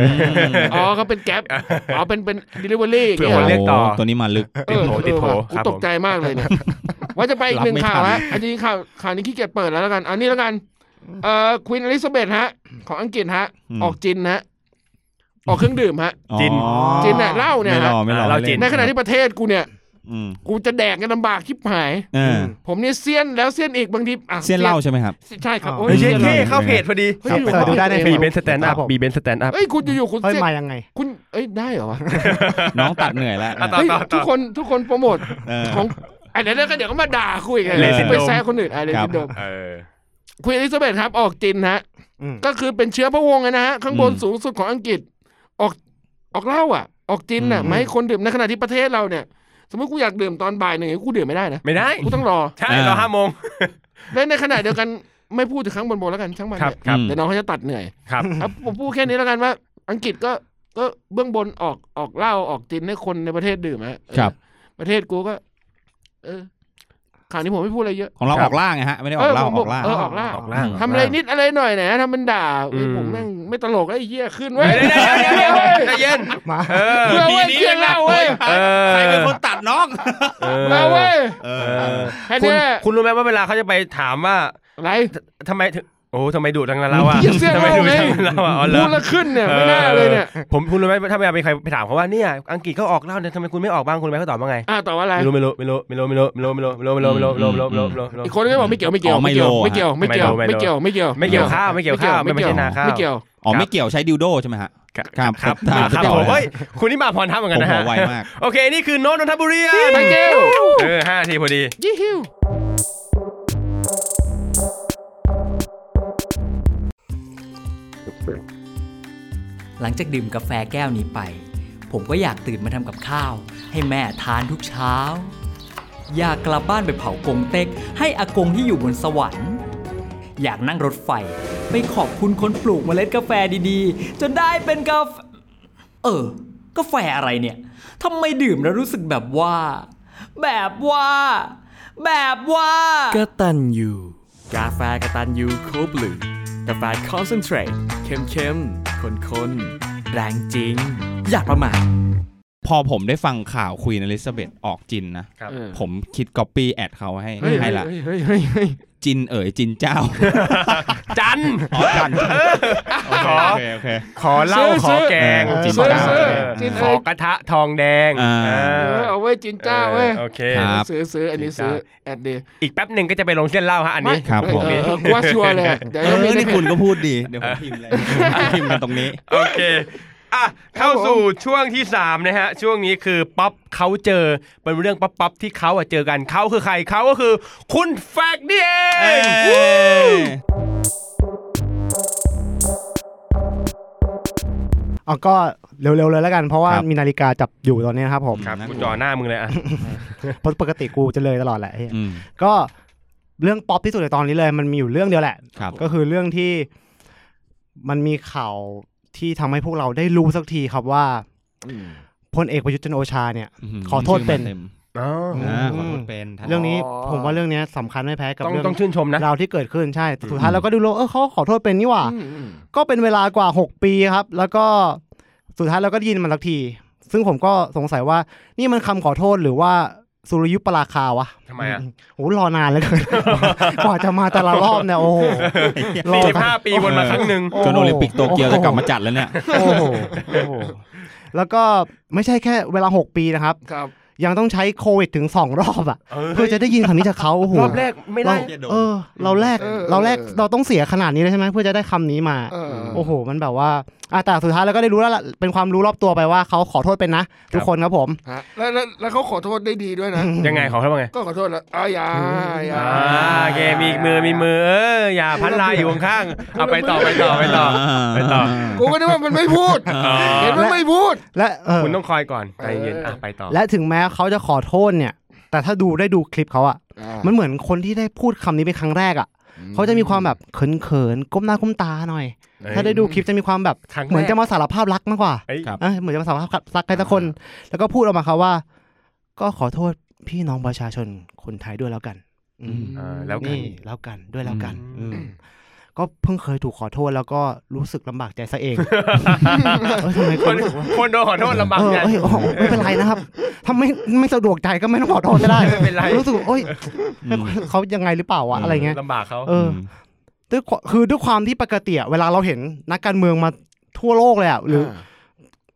Speaker 5: อ
Speaker 7: อ๋อเขาเป็นแก๊ปอ๋อเป็นเป็นดิลิเวอรี่าง
Speaker 5: เผื่
Speaker 7: งี้
Speaker 5: อ
Speaker 7: หร
Speaker 5: คนเรียก ต่อ
Speaker 6: โตัวนี้มาลึก
Speaker 7: เอ
Speaker 5: ติด
Speaker 7: อ
Speaker 5: โผติดโผ
Speaker 7: เออ
Speaker 5: ค
Speaker 7: ว่ะ
Speaker 5: รับ
Speaker 7: กูต
Speaker 5: ผ
Speaker 7: ก
Speaker 5: ม
Speaker 7: ใจมากเลยเนี่ย ว่าจะไปอีกหนึ่ง
Speaker 6: รับไม่
Speaker 7: ข่าว
Speaker 6: ทัน
Speaker 7: ฮะอันนี้ข่าวข่าวนี้ขี้เกียจเปิดแล้วแล้วกัน อันนี้แล้วกันเอ่อควีนอลิซาเบธฮะ ของอังกฤษฮะ ออกจินนะฮะออกเครื่องดื่มฮะ
Speaker 6: อ๋อ
Speaker 5: จิน
Speaker 7: จินเนี่ยเหล้าเนี่ย
Speaker 6: ไม่ร
Speaker 7: ฮะ
Speaker 6: อไม่รอ
Speaker 5: เราจิ
Speaker 7: ในขณะที่ประเทศกูเนี่ย
Speaker 6: อืม
Speaker 7: กูจะแดกกันลำบากชิบหาย
Speaker 6: เออ
Speaker 7: ผมเนี่ยเซียนแล้วเซียนอีกบางทีอ่ะ
Speaker 6: เสี้ยนเหล้าใช่ไหมครับ
Speaker 7: ใช่ครับ
Speaker 1: อ๋อ
Speaker 7: โอ้ย
Speaker 5: เฮ้ยเช็ค
Speaker 7: เซียนเหล้า
Speaker 5: เท่เข้าเพจพอดี
Speaker 7: เฮ้ยอยู่
Speaker 1: เออดูได้ใน
Speaker 5: บี
Speaker 7: เ
Speaker 5: เบนสแตนด์อัพบีเบนสแตนด์อัพ
Speaker 7: ฮ้ยคุณอยู่ๆคุณ
Speaker 1: เฮ้ย
Speaker 7: เซียน
Speaker 1: มายังไง
Speaker 7: คุณเอ้ยได้เหรอวะ
Speaker 6: น้องตัดเหนื่อยแล้ว
Speaker 5: อ่ะต่อ
Speaker 7: เฮ้ยทุกคนทุกคนโปรโมท
Speaker 6: เออ
Speaker 7: ของไอ้เดี๋ยวแล้วก็เดี๋ยวก็มาด่าคุยกัน
Speaker 5: เลซินโดม
Speaker 7: ไปแซะคนอื่นอะไรซินโดม
Speaker 5: เออ
Speaker 7: ควีนอลิซาเบธครับ ออกจินฮะ
Speaker 1: อืม
Speaker 7: ก็คือเป็นเชื้อพระวงศ์อะนะฮะ ข้างบน
Speaker 6: อืม
Speaker 7: สูงสุดของอังกฤษ ออกออกเหล้าอ่ะ ออกจินน่ะ
Speaker 6: อืม
Speaker 7: ไม่ให้คนดื่มในขณะที่ประเทศเราเนี่ย สมมติกูอยากดื่มตอนบ่ายหนึ่งกูดื่มไม่ได้นะ
Speaker 5: ไม่ได้
Speaker 7: กูต้องรอ
Speaker 5: ใช่เราห้าโมง
Speaker 7: และในขณะเดียวกัน ไม่พูดถึงข้างบนบนแล้วกันช่างมัน
Speaker 5: ครับ
Speaker 7: เนี่ย
Speaker 5: ครับ
Speaker 7: เดี๋ยวน้องเขาจะตัดเหนื่อย
Speaker 5: ครับ
Speaker 7: ครับผมพูดแค่นี้แล้วกันว่า อังกฤษก็ก็เบื้องบนออกออกเหล้าออกจินให้คนในประเทศดื่มฮะเออ
Speaker 6: ครับ
Speaker 7: ประเทศกูก็ เออข่าวนี้ผมไม่พูดอะไรเยอะ
Speaker 6: ของเรา
Speaker 5: ค
Speaker 6: อ
Speaker 5: รับ
Speaker 6: อกล่างไงฮะ ไม่ได้ออกเหล้า
Speaker 7: เออผม
Speaker 6: อ
Speaker 7: บอก
Speaker 6: อกล่าง
Speaker 7: เออออกเหล้า
Speaker 5: ออกล่าง
Speaker 7: ทำอะไรนิดอะไรหน่อยนะทำมันด่าเอ้ย
Speaker 5: อืม
Speaker 7: ผมแม่งไม่ตลกแล้วไอ้เหี้ยขึ้นเว้ย
Speaker 5: เดี๋ยวเดี๋ยวเดี๋ยวเดี๋ยวใจเย็น
Speaker 1: มา
Speaker 5: เออ
Speaker 7: เพื่อเว้ยเพื่อเล่าเว้ย
Speaker 5: เออ
Speaker 6: ใครเป็นคนตัดน้อง
Speaker 5: เออ
Speaker 7: เราเว้ย
Speaker 6: เอ
Speaker 5: เอ
Speaker 6: อ
Speaker 5: อ
Speaker 7: แค่
Speaker 5: คุณ
Speaker 7: เนี้ย
Speaker 5: คุณรู้ไหมว่าเวลาเขาจะไปถามว่า
Speaker 7: อะไร
Speaker 5: ทำไมถึงโอ้ทำไมดุจังนะเราอ่ะ
Speaker 7: เหี้ยเสื้อ
Speaker 5: ทำไม
Speaker 7: เรา
Speaker 5: ดุ
Speaker 7: ไง
Speaker 5: จังนะเราอ่ะอ๋อเหร
Speaker 7: พู
Speaker 5: อ
Speaker 7: ดแล้วขึ้นเนี่ยไม่น่าเลยเนี่ย
Speaker 5: ออผมคุณรู้ไหมถ้าเวลาไปใครไปถามเขาว่าเนี่ยอังกฤษเขาออกเหล่าเนี่ยทำไมคุณไม่ออกบ้างคุณไหมเขาตอบว่าไง
Speaker 7: อ่าต่อว่าอะไร
Speaker 5: ไม่รู้ไม่รู้ไม่รู้ไม่รู้ไม่รู้ไม่รู้ไม่รู้ไม่รู้ไม่รู้ไม่รู้ไม่รู้ไม่รู้ไม่รู้ไม่รู้ไม่รู้
Speaker 7: อีกคนก็บอกไม่เกี่ยวไม่เกี่ยว
Speaker 6: อ๋อไม่
Speaker 7: ไม่เกี่ยว
Speaker 6: โล
Speaker 7: ไม่เกี่ยวไม่เกี่ยว
Speaker 5: ไม่
Speaker 7: ไม่
Speaker 5: โลไม่
Speaker 7: เกี่ยวไม่เกี่ยว
Speaker 5: เกี่ยวข้าวไม่เกี่ยวข้าวไม่ไม่ใช่นาข้าว
Speaker 7: ไม่เกี่ยว
Speaker 6: อ๋อไม่เกี่ยวใช้ดิวโดใช่ไหมฮะ
Speaker 5: ครับ
Speaker 6: ครับ
Speaker 5: ครับ
Speaker 6: ครับ
Speaker 5: ครับผมเฮ้ยคุณนี่มาพรทัพเหมือน
Speaker 6: ผ
Speaker 5: กัน
Speaker 6: ม
Speaker 5: นะ
Speaker 6: ขอ
Speaker 5: ฮะ
Speaker 6: ไวมาก
Speaker 5: โอเคนี่คือโน้ตนนทบุรีอะ
Speaker 7: ไม่เกี่ยว
Speaker 5: เออห้านาทีพอดี
Speaker 7: ยี่หิว
Speaker 8: หลังจากดื่มกาแฟแก้วนี้ไป ผมก็อยากตื่นมาทำกับข้าว ให้แม่ทานทุกเช้า อยากกลับบ้านไปเผากงเต็ก ให้อากงที่อยู่บนสวรรค์ อยากนั่งรถไฟ ไปขอบคุณคนปลูกเมล็ดกาแฟดีๆ จนได้เป็นกาแฟ เออ กาแฟอะไรเนี่ยทำไมดื่มแล้วรู้สึกแบบว่า แบบว่า แบบว่ากตันยู
Speaker 9: กาแฟกระตันยูโคบลูกาแฟคอนเซนเทรตเข้มๆข้นๆแรงจริง อย่าประมาท
Speaker 6: พอผมได้ฟังข่าวค e ีนอลิซาเบธออกจินนะ
Speaker 5: ครับ
Speaker 7: เออ
Speaker 6: ผมคิดก๊อปปี้แอดเขาให้
Speaker 7: เฮ้ยเฮ้
Speaker 6: ให้
Speaker 7: ย
Speaker 6: ละ
Speaker 7: เฮ้ยเฮ้ยเฮ้ย
Speaker 6: จินเอ๋ยจินเจ้า
Speaker 5: จัน
Speaker 6: อ๋อจัน
Speaker 5: ขอ
Speaker 6: โอเคโอเค
Speaker 5: ขอเหล้าขอแกง
Speaker 4: ซื้อ
Speaker 5: ขอ
Speaker 4: ซื้อ
Speaker 7: จิน
Speaker 5: ข
Speaker 7: เอ๋
Speaker 5: อย กระทะทองแดง
Speaker 6: อ่า
Speaker 7: เออเอาไว้จินเจ้าเว้ย
Speaker 5: โอเค
Speaker 6: ครับ
Speaker 7: ซื้อซื้ออันนี้ซื้อแอดเดย์
Speaker 5: อีกแป๊บหนึ่งก็จะไปลงเส้นเหล้าฮะอันนี้
Speaker 6: ครับผม
Speaker 7: เออเออกูว่าชัวร์เลยอะเดี๋ยวจะมี
Speaker 6: เออนี่
Speaker 7: ใน
Speaker 6: คุณก็พูดดี เดี๋ยวผมพิมพ์เลยพิมพ์กันตรงนี้
Speaker 5: โอเค อ่ะ เข้าสู่ช่วงที่สามนะฮะ ช่วงนี้คือป๊อปเขาเจอ เป็นเรื่องป๊อปป๊อปที่เขาอะเจอกันเขาคือใครเขาก็คือ คุณแฟกนี่เองวู้
Speaker 4: เอาก็เร็วๆเลยแล้วกัน เพราะว่า
Speaker 6: ครับ
Speaker 4: มีนาฬิกาจับอยู่ตอนนี้ นะครับผม
Speaker 5: ครับกูจ่อหน้ามึงเลยอ่ะ
Speaker 4: เพราะปกติกูจะเลยตลอดแหละไอ้เหี้ย
Speaker 6: อืม
Speaker 4: ก็เรื่องป๊อปที่สุดในตอนนี้เลย มันมีอยู่เรื่องเดียวแหละ
Speaker 6: ครับ
Speaker 4: ก็คือเรื่องที่มันมีข่าวที่ทำให้พวกเราได้รู้สักทีครับว่าพลเอกประยุทธ์จันทร์โอชาเนี่ย ขอโทษเป็น
Speaker 6: ชื่อมาต็ม
Speaker 5: อ๋อ
Speaker 6: อ่าขอโทษเป็นท่าน
Speaker 4: เรื่องนี้ผมว่าเรื่องเนี้ยสำคัญไม่แพ้กับ
Speaker 5: ต้อง
Speaker 4: เรื่อง
Speaker 5: ต้องชื่นชมนะ
Speaker 4: ราวที่เกิดขึ้นใช่แต่สุดท้ายเราก็ดูโลวเออเขาขอโทษเป็นนี่หว่า
Speaker 7: อืมอืม
Speaker 4: ก็เป็นเวลากว่า 6 ปีครับ แล้วก็สุดท้ายเราก็ได้ยินมันสักที ซึ่งผมก็สงสัยว่านี่มันคำขอโทษหรือว่าสุริยุปราคาวะ
Speaker 5: ทำไมอะ
Speaker 4: โอ้โหรอนานเหล ย กว่าจะมาแต่ละรอบเนี่ยโอ้โห รอ
Speaker 5: สี่ห้าปีวนมาครั้งหนึ่ง
Speaker 6: จนโอลิมปิกโตเกียวจะกลับมาจัดแล้วเนี่ย
Speaker 4: โอ้โหโอ้โห แล้วก็ไม่ใช่แค่เวลา 6 ปีนะครับ
Speaker 7: ครับ
Speaker 4: ยังต้องใช้โควิดถึง 2 รอบอ่ะ
Speaker 5: เอ้ย
Speaker 4: เพื่อจะได้ยินคำนี้จากเขาโอ้โห
Speaker 5: รอบแรกไม่ได้
Speaker 4: เราเออ เราแรก
Speaker 7: เออ
Speaker 4: เราแรก
Speaker 7: เออ
Speaker 4: เราต้องเสียขนาดนี้เลยใช่ไหมเพื่อจะได้คำนี้มา
Speaker 7: เออ
Speaker 4: โอ้โห มันแบบว่าอ่ะแต่สุดท้ายเราก็ได้รู้แล้วล่ะเป็นความรู้รอบตัวไปว่าเขาขอโทษเป็นนะ ทุกคนครับผม
Speaker 7: ฮะแล้วแล้วแล้วเขาขอโทษได้ดีด้วยนะ
Speaker 5: ยังไงขอเขาว่าไง
Speaker 7: ก็ขอโทษแล้วอ้าวอย่าอย่า
Speaker 5: อ่าโอเคมีมือมีมือเอออย่าพันลายอยู่ข้างๆเอาไปต่อไปต่อไปต่อ ไปต่อ
Speaker 7: กูก็นึกว่ามันไม่พูด เห็นว่าไม่พูด
Speaker 4: และเออ
Speaker 5: คุณต้องคอยก่อนใจเย็นอ่ะไปต่อ
Speaker 4: และถึงแม้เขาจะขอโทษเนี่ย แต่ถ้าดูได้ดูคลิปเขาอะมันเหมือนคนที่ได้พูดคำนี้เป็นครั้งแรกอะเขาจะมีความแบบเขินๆก้มหน้าก้มตาหน่อย ถ้าได้ดูคลิปจะมีความแบบ
Speaker 5: ครั้งแรก
Speaker 4: เหมือนจะมาสารภาพรักมากกว่า
Speaker 5: เอ้ย
Speaker 6: ครับ
Speaker 4: เอ้ยเหมือนจะมาสารภาพรักใครสักคน แล้วก็พูดออกมาครับว่า ก็ขอโทษพี่น้องประชาชนคนไทยด้วยแล้วกัน อืม
Speaker 5: อ่าแล้วกัน
Speaker 4: นี่แล้วกันด้วยแล้วกัน
Speaker 5: อืม
Speaker 4: อืมก็เพิ่งเคยถูกขอโทษแล้วก็รู้สึกลำบากใจซะเอง เอ้ยทำไม
Speaker 5: ค
Speaker 4: คุณ
Speaker 5: น
Speaker 4: รู้สึกว่า
Speaker 5: คนโดนขอโทษลำบาก
Speaker 4: เออ
Speaker 5: ใจ
Speaker 4: เอ้ยโอ้โหไม่เป็นไรนะครับถ้าไม่ไม่สะดวกใจก็ไม่ต้องขอโทษก็ได้
Speaker 5: ไม่เป็นไร
Speaker 4: รู้สึกว่าโอ้ยเขายังไงหรือเปล่าวะอะไรเงี้ย
Speaker 5: ลำบากเขา
Speaker 4: เออด้วยความคือด้วยความที่ปกติอะเวลาเราเห็นนักการเมืองมาทั่วโลกเลยอะหรือ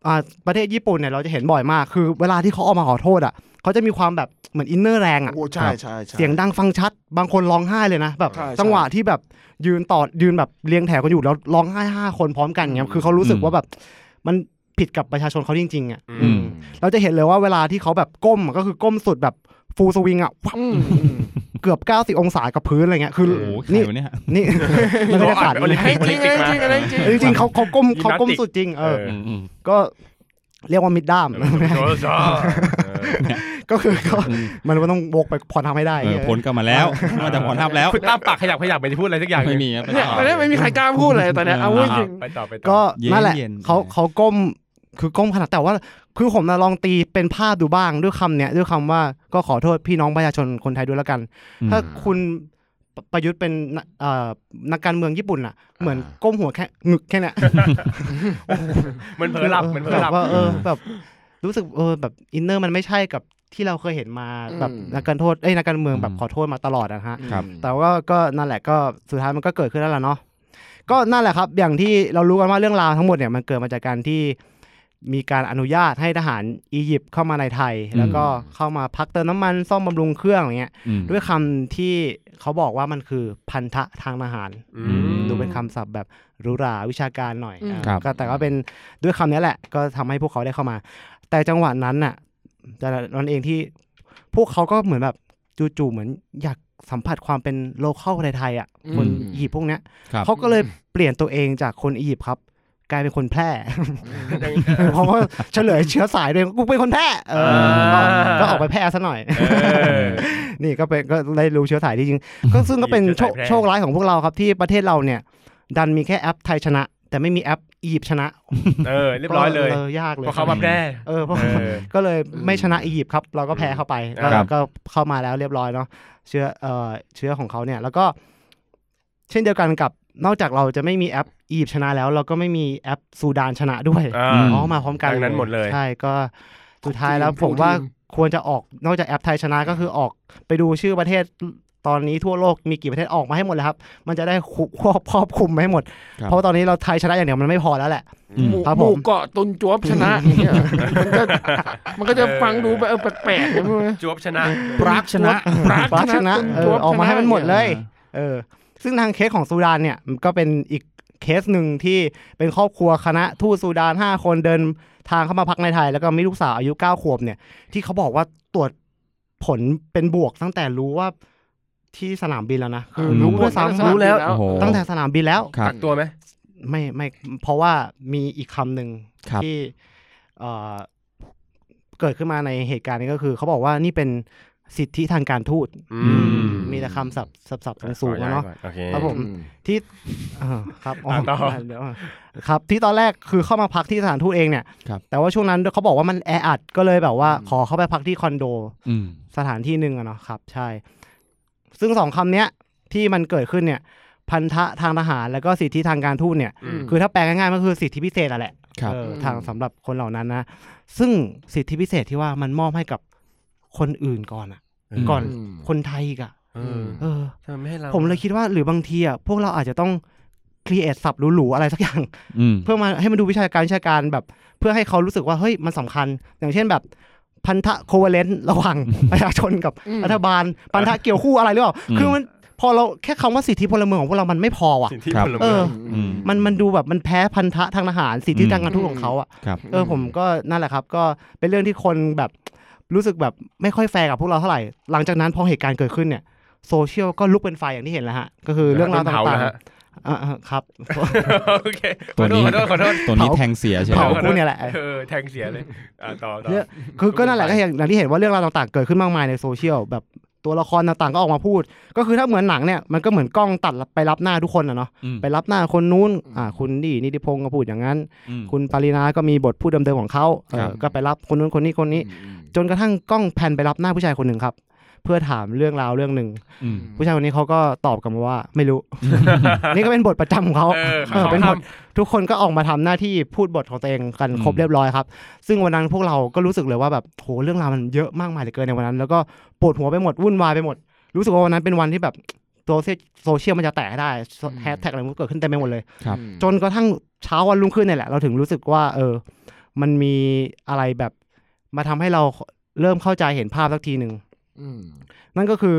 Speaker 4: อ่าประเทศญี่ปุ่นเนี่ยเราจะเห็นบ่อยมาก คือ เวลาที่เขาออกมาขอโทษอะเขาจะมีความแบบเหมือนอินเนอร์แรงอะ
Speaker 7: โอ้ใช่ใช่ใช่
Speaker 4: เสียงดังฟังชัด บางคนร้องไห้เลยนะแบบ
Speaker 7: ใช่ใช่
Speaker 4: จังหวะที่แบบยืนต่อยืนแบบเรียงแถวกันอยู่แล้วร้องไห้ห้าคนพร้อมกันเงี้ยคือเขารู้สึก
Speaker 6: อืม
Speaker 4: ว่าแบบมันผิดกับประชาชนเขาจริงๆอ่ะ
Speaker 5: อืม
Speaker 4: อืมเราจะเห็นเลยว่าเวลาที่เขาแบบก้มอะก็คือก้มสุดแบบฟูลสวิงอ่ะวับ
Speaker 7: อืมอืม
Speaker 4: เกือบ 90 องศากับพื้นอะไรเงี้ยคือ
Speaker 5: โอ้โห
Speaker 6: โอ้โหใคร
Speaker 4: นี่
Speaker 6: วะเนี่ย
Speaker 4: นี่ มันก็จะขาด
Speaker 5: โอ้โห
Speaker 4: นะ
Speaker 7: จริงจริงจริงอะไรจริง
Speaker 4: จริงๆเขาเขาก้ม
Speaker 5: ยิมนา
Speaker 4: เขา
Speaker 5: สติก
Speaker 4: ก้มสุดจริงเออ
Speaker 5: เออ
Speaker 6: อืม
Speaker 4: ก็เรียกว่ามิดด้าม
Speaker 5: โดนซ้อ
Speaker 4: ก็คือเขา
Speaker 6: อืม
Speaker 4: มันก็ต้องวกไปผ่อนทำให้ได้
Speaker 6: เออพ้นกลับมาแล้วมาจากผอนทับแล้ว
Speaker 5: คุณตั้มปากขยับขยับไปจะพูดอะไรสักอย่างห
Speaker 6: ไม่
Speaker 5: นึ่ง
Speaker 6: มีครับ
Speaker 7: เนี่ยตอนนี้ไม่มีใครกล้าพูดเลยตอนเนี้ยเอาพูดจริง
Speaker 5: ไปต่อไปต่อ
Speaker 4: ก็
Speaker 6: เย็น
Speaker 4: นั่นแหละ
Speaker 6: เย็น
Speaker 4: เขาเขาก้มคือก้มขนาดแต่ว่า คือผมนะลองตีเป็นภาพดูบ้างด้วยคำเนี้ยด้วยคำว่าก็ขอโทษพี่น้องประชาชนคนไทยด้วยแล้วกัน ถ้าคุณปประยุทธ์เป็นนักเอ่อนักการเมืองญี่ปุ่นอ่ะ เหมือนก้มหัวแค่งึกแค่เนี้ย
Speaker 5: มันเผลอหลับมันเผลอหลับ
Speaker 4: แบบว่าเออแบบรู้สึกเออแบบอินเนอร์มันไม่ใช่กับที่เราเคยเห็นมาแบบ
Speaker 7: อืม
Speaker 4: นักการโทษเอ้ยนักการเมืองแบบ
Speaker 6: อืม
Speaker 4: ขอโทษมาตลอดอะนะฮะ
Speaker 6: ครับ
Speaker 4: แต่ว่าก็นั่นแหละก็สุดท้ายมันก็เกิดขึ้นแล้วล่ะเนาะก็นั่นแหละครับ อย่างที่เรารู้กันว่าเรื่องราวทั้งหมดเนี่ยมันเกิดมาจากการที่มีการอนุญาตให้ทหารอียิปต์เข้ามาในไทย
Speaker 6: อืม
Speaker 4: แล้วก็เข้ามาพักเติมน้ำมันซ่อมบำรุงเครื่องอย่างเงี้ย
Speaker 6: อืม
Speaker 4: ด้วยคำที่เขาบอกว่ามันคือพันธะทางทหาร
Speaker 5: อื
Speaker 6: ม
Speaker 4: ดูเป็นคำศัพท์แบบหรูหราวิชาการหน่อย
Speaker 7: อืม
Speaker 4: อ่า
Speaker 6: ครับ
Speaker 4: ก็แต่ก็เป็นด้วยคำนี้แหละ ก็ทำให้พวกเขาได้เข้ามา แต่จังหวะนั้นน่ะแต่ละนั้นเองที่พวกเขาก็เหมือนแบบจู่ๆเหมือนอยากสัมผัสความเป็นโลเคอลไทยๆอ่ะ
Speaker 7: อืม
Speaker 4: คนอียิปต์พวกเนี้ย
Speaker 6: ครับ
Speaker 4: เขาก็เลยเปลี่ยนตัวเองจากคนอียิปต์ครับ กลายเป็นคนแพร่ เพราะว่าเฉลยเชื้อสายเลยกูเป็นคนแพร่เออก็ก็ออกไปแพร่ซะหน่อย
Speaker 5: เออ
Speaker 4: นี่ก็เป็นก็ได้รู้เชื้อสายที่จริง ก็ซึ่งก็เป็นโชค
Speaker 5: เชื้อ
Speaker 4: โช
Speaker 5: สายแพร่
Speaker 4: คร้ายของพวกเราครับที่ประเทศเราเนี่ย ดันมีแค่แอปไทยชนะ แต่ไม่มีแอปอียิปต์ชนะ
Speaker 5: เออเรียบร้อยเลย
Speaker 4: ก็ยากเลย
Speaker 5: เพราะเขามาแพร่
Speaker 4: เออเพราะ
Speaker 5: เออ
Speaker 4: ก็เลยไม่ชนะอียิปต์ครับ เราก็แพ้เข้าไปก็
Speaker 6: ครับ
Speaker 4: ก็เข้ามาแล้วเรียบร้อยเนาะเชื้อเอ่อเชื้อของเขาเนี่ย แล้วก็ เช่นเดียวกันกับนอกจากเราจะไม่มีแอปอียิปต์ชนะแล้ว เราก็ไม่มีแอปซูดานชนะด้วย
Speaker 5: อ่า
Speaker 4: อ๋อมาพร้อมกัน
Speaker 5: ดังนั้นหมดเลย
Speaker 4: ใช่ก็
Speaker 1: สุดท้ายแล้วผมว่าควรจะออกนอกจากแอปไทยชนะก็คือออกไปดูชื่อประเทศตอนนี้ทั่วโลกมีกี่ประเทศออกมาให้หมดเลยครับ มันจะได้คุควบค รอบคลุมให้หมด
Speaker 6: ครับ
Speaker 1: เพราะว่าตอนนี้เราไทยชนะอย่างเดียวมันไม่พอแล้วแหละ
Speaker 6: อืม
Speaker 7: หมู่
Speaker 1: ครับ
Speaker 7: ห
Speaker 1: ผม
Speaker 7: มู่เกาะตุนจวบชนะอย่างเงี้ยมันก็มันก็จะฟังดูแบบเออแปลกๆใช่ไหม
Speaker 5: จวบชนะ
Speaker 6: ปรากชนะ
Speaker 7: ปรา
Speaker 1: ปราก กชนะเออออกมาให้มันหมดเลย เออ ซึ่งทางเคสของซูดานเนี่ยมันก็เป็นอีกเคสหนึ่งที่เป็นครอบครัวคณะทูตซูดาน 5 คนเดินทางเข้ามาพักในไทย แล้วก็มีลูกสาวอายุ 9 ขวบเนี่ย ที่เขาบอกว่าตรวจผลเป็นบวกตั้งแต่รู้ว่าที่สนามบินแล้วนะคือ
Speaker 6: ม
Speaker 1: รู้ด้วยซ้ำ
Speaker 5: รู้แล้ว
Speaker 6: โอ้โห
Speaker 1: ตั้งแต่สนามบินแล้ว
Speaker 6: ครับ
Speaker 5: กักตัวไหม
Speaker 1: ไม่ไม่เพราะว่ามีอีกคำหนึ่ง
Speaker 6: ครับ
Speaker 1: ที่เอ่อเกิดขึ้นมาในเหตุการณ์นี้ก็คือ เขาบอกว่านี่เป็นสิทธิทางการทูต
Speaker 5: อื
Speaker 6: ม
Speaker 1: มีแต่คำศัพท์ศัพท์ศัพท์สูงๆอะเนาะ
Speaker 5: โอเค
Speaker 1: ครับผม ที่อ่าครับอ๋อ
Speaker 5: อ่ะต่อ
Speaker 1: ได้เดี๋ยวอ่ะครับ ที่ตอนแรกคือเข้ามาพักที่สถานทูตเองเนี่ย
Speaker 6: ครับ
Speaker 1: แต่ว่าช่วงนั้นเขาบอกว่ามันแออัดก็เลยแบบว่า ขอเข้าไปพักที่คอนโด
Speaker 6: อืม
Speaker 1: สถานที่หนึ่งอะเนาะครับ ใช่ ซึ่งสองคำเนี้ยที่มันเกิดขึ้นเนี่ย พันธะทางทหารแล้วก็สิทธิทางการทูตเนี่ย
Speaker 5: อืม
Speaker 1: คือถ้าแปลง่ายๆก็คือสิทธิพิเศษอะแหละ
Speaker 6: ครับ
Speaker 1: เออทางสำหรับคนเหล่านั้นนะ ซึ่งสิทธิพิเศษที่ว่ามันมอบให้กับคนอื่นก่อนอะก่อนคนไทยอีกอะ
Speaker 5: เออ
Speaker 1: เออ
Speaker 5: ทำไมไม่ให้เรา
Speaker 1: ผมเลยคิดว่าหรือบางทีอะพวกเราอาจจะต้องครีเอทสับหรูๆอะไรสักอย่าง
Speaker 6: อืม
Speaker 1: เพื่อมาให้มันดูวิชาการวิชาการแบบ เพื่อให้เขารู้สึกว่าเฮ้ยมันสำคัญ อย่างเช่นแบบพันธะโคเวเลนต์ระหว่าง ประชาชนกับ
Speaker 7: อืม
Speaker 1: รัฐบาล พันธะเกี่ยวคู่อะไรหรือเปล่า
Speaker 6: อืม
Speaker 1: คือมันพอเราแค่คำว่าสิทธิพลเมืองของพวกเรามันไม่พอว่ะ
Speaker 5: สิ่งที่
Speaker 6: ครับ
Speaker 5: พล
Speaker 1: เอ
Speaker 5: เมือ
Speaker 1: อ
Speaker 5: ง
Speaker 6: อืม
Speaker 1: มันมันดูแบบมันแพ้พันธะทางทหารสิทธิ
Speaker 6: อืม
Speaker 1: ทางการทูตของเขาอ่ะ
Speaker 6: ครับ
Speaker 1: เออผมก็นั่นแหละครับ ก็เป็นเรื่องที่คนแบบรู้สึกแบบไม่ค่อยแฟร์กับพวกเราเท่าไหร่ หลังจากนั้นพอเหตุการณ์เกิดขึ้นเนี่ยโซเชียลก็ลุกเป็นไฟอย่างที่เห็นแล้วฮะก็คือเรื่องราว
Speaker 5: โดนเผ
Speaker 1: ต่าง
Speaker 5: นะฮะ
Speaker 1: ๆอ่าๆครับ
Speaker 5: โอเคข
Speaker 6: ตั
Speaker 5: อ
Speaker 6: ว
Speaker 5: โท
Speaker 6: นี้
Speaker 5: ษขอโทษขอโทษ
Speaker 6: ตัวนี้
Speaker 1: เผา
Speaker 6: แทงเสียใช่ไหม
Speaker 1: เผากูเนี่ยแหละ
Speaker 5: เออแทงเสียเลยอ่ะต่อต่อ
Speaker 1: เรื่อง คือก็นั่นแหละก็อย่างอย่างที่เห็นว่าเรื่องราวต่างๆ เกิดขึ้นมากมายในโซเชียลแบบตัวละครต่างๆก็ออกมาพูด ก็คือถ้าเหมือนหนังเนี่ยมันก็เหมือนกล้องตัดไปรับหน้าทุกคนอะเนาะ
Speaker 6: อืม
Speaker 1: ไปรับหน้าคนนู้นอ่าคุณดีนิติพงศ์ก็พูดอย่างนั้น
Speaker 6: อืม
Speaker 1: คุณปารีนาก็มีบทพูดเดิมๆของเขาเออ
Speaker 6: ครับ
Speaker 1: ก็ไปรับคนนู้นคนนี้คนนี้ จนกระทั่งกล้องแพนไปรับหน้าผู้ชายคนหนึ่งครับ เพื่อถามเรื่องราวเรื่องหนึ่ง
Speaker 6: อืม
Speaker 1: ผู้ชายคนนี้เขาก็ตอบกลับมาว่าไม่รู้ นี่ก็เป็นบทประจำของเขา
Speaker 5: เออ
Speaker 1: เออ
Speaker 5: เขา
Speaker 1: เป็นบท
Speaker 5: ทำ
Speaker 1: ทุกคนก็ออกมาทำหน้าที่พูดบทของตัวเองกันครบ
Speaker 6: อืม
Speaker 1: เรียบร้อยครับ ซึ่งวันนั้นพวกเราก็รู้สึกเลยว่าแบบโหเรื่องราวมันเยอะมากมายเหลือเกินในวันนั้น แล้วก็ปวดหัวไปหมดวุ่นวายไปหมด รู้สึกว่าวันนั้นเป็นวันที่แบบตัวโซเชียลมันจะแตกให้ได้แฮชแท็กอะไรมันก็เกิดขึ้นเต็มไปหมดเลย
Speaker 6: ครับ
Speaker 1: จนกระทั่งเช้าวันรุ่งขึ้นเนี่ยแหละ เราถึงรู้สึกว่า เออ มันมีอะไรแบบมาทำให้เราเริ่มเข้าใจเห็นภาพสักทีหนึ่ง นั่นก็คือ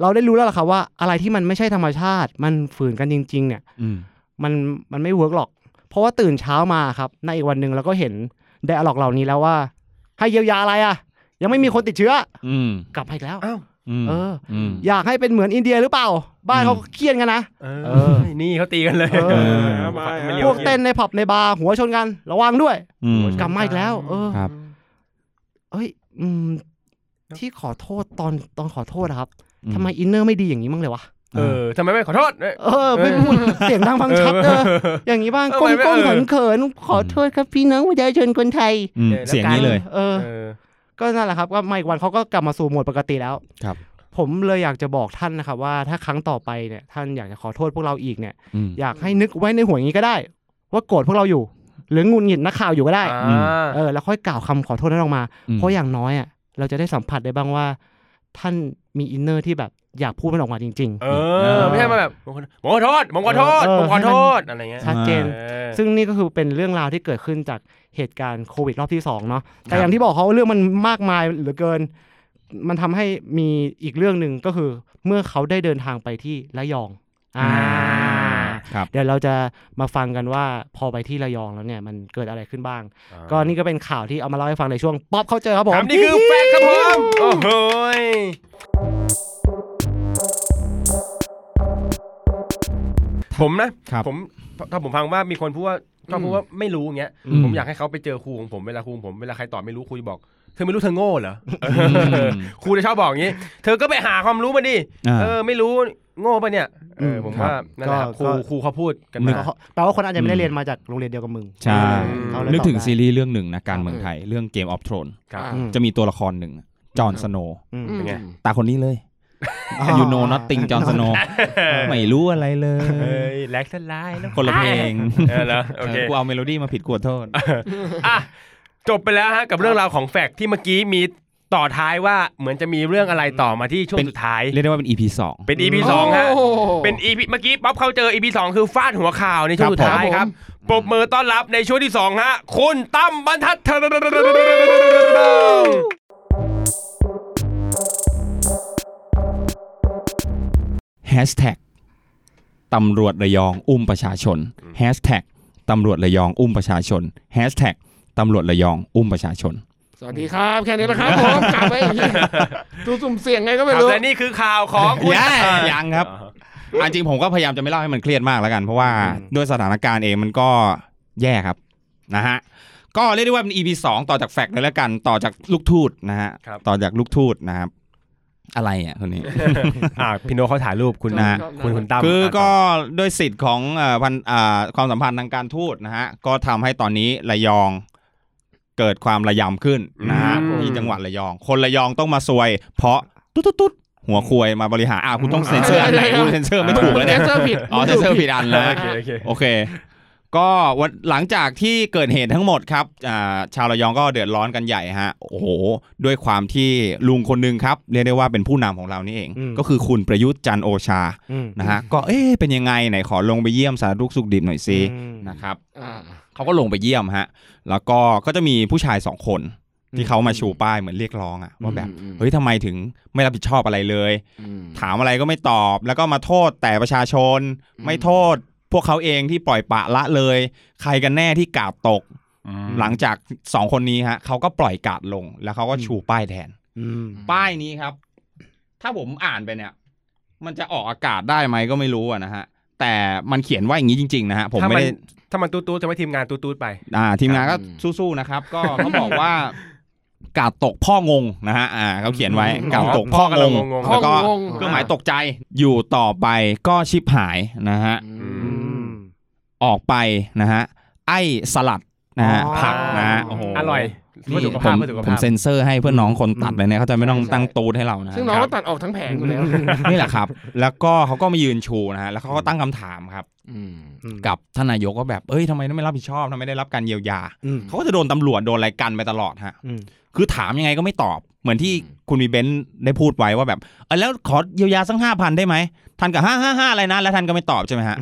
Speaker 1: เราได้รู้แล้วล่ะครับว่าอะไรที่มันไม่ใช่ธรรมชาติ มันฝืนกันจริง ๆ เนี่ย
Speaker 6: อืม
Speaker 1: มันมันไม่เวิร์กหรอก เพราะว่าตื่นเช้ามาครับในอีกวันหนึ่งเราก็เห็นไดอะล็อกเหล่านี้แล้วว่า ให้เยียวยาอะไรอ่ะ ยังไม่มีคนติดเชื้อ
Speaker 6: อืม
Speaker 1: กลับมาอีกแล้ว
Speaker 5: อ้าว
Speaker 6: อืม
Speaker 1: เออ
Speaker 6: ม
Speaker 1: อยากให้เป็นเหมือนอินเดียหรือเปล่า บ้านเขาเครียดกันนะ
Speaker 5: เอ
Speaker 1: เอ
Speaker 5: อ
Speaker 1: อ
Speaker 5: นี่เขาตีกันเลย
Speaker 1: เออ
Speaker 5: เอามาเอามา
Speaker 1: พวกเต้นในผับในบาร์หัวชนกัน ระวังด้วย
Speaker 6: อืม
Speaker 1: กลับมาอีกแล้ว เออ
Speaker 6: ครับ
Speaker 1: เอ้ย อืม ที่ขอโทษตอนตอนขอโทษนะครับทำไมอินเนอร์ไม่ดีอย่างนี้มั้างเลยวะ
Speaker 5: เออทำไมไม่ขอโทษเอ้ย
Speaker 1: เออไม่พูดเสียงดังฟังชัดเอออย่างนี้บ้าง
Speaker 5: เออ
Speaker 1: ก้
Speaker 5: ไม่
Speaker 1: ม
Speaker 5: ไม่
Speaker 1: ก้ม
Speaker 5: เอ
Speaker 1: เขิ
Speaker 5: อ
Speaker 1: นเขินๆขอโทษครับพี่น้องประชาชนคนไทย
Speaker 6: อืมเสียงนี้เลย
Speaker 1: เออ
Speaker 5: เออ
Speaker 1: ก็นั่นแหละครับก็มาอีกวันเขาก็กลับมาสู่โหมดปกติแล้ว
Speaker 6: ครับ
Speaker 1: ผมเลยอยากจะบอกท่านนะครับว่าถ้าครั้งต่อไปเนี่ยท่านอยากจะขอโทษพวกเราอีกเนี่ย
Speaker 6: อืม
Speaker 1: อยากให้นึกไว้ในหัวอย่างนี้ก็ได้ ว่าโกรธพวกเราอยู่ หรือหงุนหงิดนักข่าวอยู่ก็ได้
Speaker 5: อ่า
Speaker 1: เออแล้วค่อยกล่าวคำขอโทษนั้นออกมา
Speaker 6: อืม
Speaker 1: เพราะอย่างน้อยอ่ะเราจะได้สัมผัสได้บ้างว่า ท่านมีอินเนอร์ที่แบบอยากพูดมันออกมาจริง
Speaker 5: เออไม่ใช่มาแบบผมขอโทษผมขอโทษ
Speaker 1: เออ
Speaker 5: ผมขอโทษ
Speaker 1: ให้มัน
Speaker 5: อะไรเงี้ย
Speaker 1: ๆ ชัดเจน
Speaker 5: เออ
Speaker 1: ซึ่งนี่ก็คือเป็นเรื่องราวที่เกิดขึ้นจากเหตุการณ์โควิดรอบที่สองเนาะแต่อย่างที่บอกเขาว่าเรื่องมันมากมายเหลือเกิน มันทำให้มีอีกเรื่องหนึ่งก็คือ เมื่อเขาได้เดินทางไปที่ระยองอ่า
Speaker 6: ครับ
Speaker 1: เดี๋ยวเราจะมาฟังกันว่าพอไปที่ระยองแล้วเนี่ยมันเกิดอะไรขึ้นบ้าง ก็นี่ก็เป็นข่าวที่เอามาเล่าให้ฟังในช่วงป๊อปเขาเจอครับผม
Speaker 5: ครับนี่คือแฟกต์ครับผมโอ้โหยผมนะ
Speaker 6: ครับ
Speaker 5: ผมถ้าผมฟังว่ามีคนพูดว่าชอบพูดว่าไม่รู้อย่างเงี้ย
Speaker 6: อืม
Speaker 5: ผมอยากให้เขาไปเจอครูของผมเวลาครูของผมเวลาใครตอบไม่รู้ครูจะบอกเธอไม่รู้เธอโง่เหรอเออ ครูจะชอบบอกอย่างนี้ เธอก็ไปหาความรู้มาดิ
Speaker 6: อ่า
Speaker 5: เออไม่รู้โง่ปะเนี่ยเออ
Speaker 1: ม
Speaker 5: ผมว่านั่นแหละครับ
Speaker 1: ก็
Speaker 5: ครูค
Speaker 1: ก็
Speaker 5: รูเขาพูดกัน
Speaker 1: นึ
Speaker 5: มาก
Speaker 1: เขาแปลว่าคนอาจจะไม่ได้เรียนมาจากโรงเรียนเดียวกับมึง
Speaker 6: ใช่
Speaker 1: เขาเลย
Speaker 6: นึกถึง
Speaker 1: ตอบได้
Speaker 6: ซีรีส์เรื่องหนึ่งนะการเมืองไทย เรื่องเกมออฟทรอน
Speaker 5: ครับ
Speaker 1: อืม
Speaker 6: จะมีตัวละครหนึ่งจอห์นสโน
Speaker 1: อืม
Speaker 5: เป็นไง
Speaker 6: ตาคนนี้เลยยูโนน t ตติงจอห์นสโนไม่รู้อะไรเล
Speaker 5: เอ้ย
Speaker 6: ย
Speaker 5: แลกสลายแล้ว
Speaker 6: คนละเพลง
Speaker 5: เออแล้วโอเค
Speaker 6: กูเอาเมโลดี้มาผิดกลัวโทษ
Speaker 5: อ่ะ จบไปแล้วฮะกับเรื่องราวของแฟกต์ที่เมื่อกี้มีต่อท้ายว่าเหมือนจะมีเรื่องอะไรต่อมาที่ช่วง
Speaker 6: เป็น
Speaker 5: สุดท้าย
Speaker 6: เรียกได้ว่าเป็น EP สอง
Speaker 5: เป็น EP สองฮะ
Speaker 7: โอ้โห
Speaker 5: เป็น EP เมื่อกี้ป๊อปเขาเจอ EP สองคือฟาดหัวข่าวในช่วงสุดท้ายครับปรบมือต้อนรับในช่วงที่สองฮะ คุณตั้มบรรทัด
Speaker 6: แฮชแท็กตำรวจระยองอุ้มประชาชนแฮชแท็กตำรวจระยองอุ้มประชาชนแฮชแท็กตำรวจระยองอุ้มประชาชน
Speaker 7: สวัสดีครับ แค่นี้แหละครับผมกลับไปอีกที ดูสุ่มเสี่ยงไงก็
Speaker 5: ค
Speaker 7: ไม่
Speaker 5: รับ
Speaker 7: รู้
Speaker 5: และนี่คือข่าวของคุณ
Speaker 6: ยัง
Speaker 5: เอ่อ
Speaker 6: ยังครับ อ่ะจริงผมก็พยายามจะไม่เล่าให้มันเครียดมากแล้วกัน เพราะว่าด้วยสถานการณ์เองมันก็แย่ครับนะฮะก็เรียกได้ว่าเป็น EP สองต่อจากแฟกต์เลยแล้วกันต่อจากลูกทูตนะฮะต่อจากลูกทูตนะครับอะไรอ่ะคนนี้
Speaker 5: อ่ะพี่โนตเขาถ่ายรูปคุณ
Speaker 6: นะ
Speaker 5: คุณคุณตั้ม
Speaker 6: คือก็ด้วยสิทธิ์ของเอ่อพันอ่าความสัมพันธ์ทางการทูตนะฮะก็ทำให้ตอนนี้ระยองเกิดความระยำขึ้นนะฮะ
Speaker 7: อืม
Speaker 6: ที่จังหวัดระยอง คนระยองต้องมาซวย เพราะตุ๊ดตุ๊ดตุ๊ดหัวควยมาบริหารอ่าคุณต้องเซ็นเซอร์อันไหนคุณเซ็นเซอร์ไม่ถูกแล้ว
Speaker 7: เน
Speaker 6: เนี่ย
Speaker 7: เซอร์ผิด
Speaker 6: อ๋อเซ็นเซอร์ผิดอันนะ
Speaker 5: โอเคโอเค
Speaker 6: โอเค ก็วันหลังจากที่เกิดเหตุทั้งหมดครับอ่าชาวระยองก็เดือดร้อนกันใหญ่ฮะโอ้โห ด้วยความที่ลุงคนหนึงครับเรียกได้ว่าเป็นผู้นำของเรานี่เอง
Speaker 1: อืม
Speaker 6: ก็คือคุณประยุทธ์จันทร์โอชา
Speaker 1: อืม
Speaker 6: นะฮะก็เอ๊ะเป็นยังไงไหนขอลงไปเยี่ยมสารทุกข์สุขดิบหน่อยสิ
Speaker 1: อืม
Speaker 6: นะครับ
Speaker 7: อ่า
Speaker 6: เขาก็ลงไปเยี่ยมฮะ แล้วก็ก็จะมีผู้ชายสองคน ที่เขามาชูป้ายเหมือนเรียกร้องอะว่าแบบ
Speaker 7: อืม
Speaker 6: เฮ้ยทำไมถึงไม่รับผิดชอบอะไรเลย
Speaker 7: อืม
Speaker 6: ถามอะไรก็ไม่ตอบแล้วก็มาโทษแต่ประชาชน
Speaker 7: อืม
Speaker 6: ไม่โทษ พวกเขาเองที่ปล่อยปละละเลย ใครกันแน่ที่กาดตก หลังจากสองคนนี้ฮะเขาก็ปล่อยกาดลง แล้วเขาก็ชูป้ายแทน
Speaker 1: อืม
Speaker 6: ป้ายนี้ครับ ถ้าผมอ่านไปเนี่ย มันจะออกอากาศได้ไหมก็ไม่รู้อะนะฮะ แต่มันเขียนว่าอย่างนี้จริง ๆ นะฮะ ผม
Speaker 5: ถ้า
Speaker 6: ไม่
Speaker 5: มัน
Speaker 6: ได้
Speaker 5: ถ้ามันตู้ตู้จะไม่ทีมงานตู้ตู้ไป
Speaker 6: อ่า ทีมงานก็สู้ๆนะครับ ก็เขาบอกว่า กาดตกพ่องงนะฮะ อ่าเขาเขียนไว้กาดตกพ่อง
Speaker 5: พ่อ
Speaker 6: ง
Speaker 5: กำลังงงๆ
Speaker 6: แล้วก็
Speaker 7: พ่องง
Speaker 6: เครื่องหมายตกใจอยู่ต่อไปก็ชิบหายนะฮะ
Speaker 7: อืม
Speaker 1: อืม
Speaker 6: ออกไปนะฮะ ไอ้สลัดนะฮะ
Speaker 1: อ๋อ
Speaker 6: ผักนะฮะโอ้โห
Speaker 5: อร่อยเพื่อ
Speaker 6: นี่
Speaker 5: สุข
Speaker 6: ผ
Speaker 5: ภาพ
Speaker 6: ม
Speaker 5: เพื่อสุข
Speaker 6: ผม
Speaker 5: ภาพ
Speaker 6: เซ็นเซอร์ให้เพื่อนน้องคนตัดเลยเนี่ยเขาจะไม่ต้องตั้งตูดให้เรานะฮะ
Speaker 7: ซึ่งน้องก็ตัดออกทั้งแผงอยู่แล้ว
Speaker 6: นี่แหละครับ แล้วก็เขาก็มายืนชูนะฮะ แล้วเขาก็ตั้งคำถามครับ
Speaker 7: อืม
Speaker 6: กับท่านนายกว่าแบบ เอ้ยทำไมไม่รับผิดชอบทำไมไม่ได้รับการเยียวยา
Speaker 1: อืม
Speaker 6: เขาก็จะโดนตำรวจโดนอะไรกันไปตลอดฮะ
Speaker 1: อืม
Speaker 6: คือถามยังไงก็ไม่ตอบ เหมือนที่คุณมีเบนซ์ได้พูดไว้ว่าแบบเออแล้วขอเยียวยาสักห้าพันได้ไหมท่านกับห้าห้าห้าอะไรนะ แล้วท่านก็ไม่ตอบใช่ไหมฮะ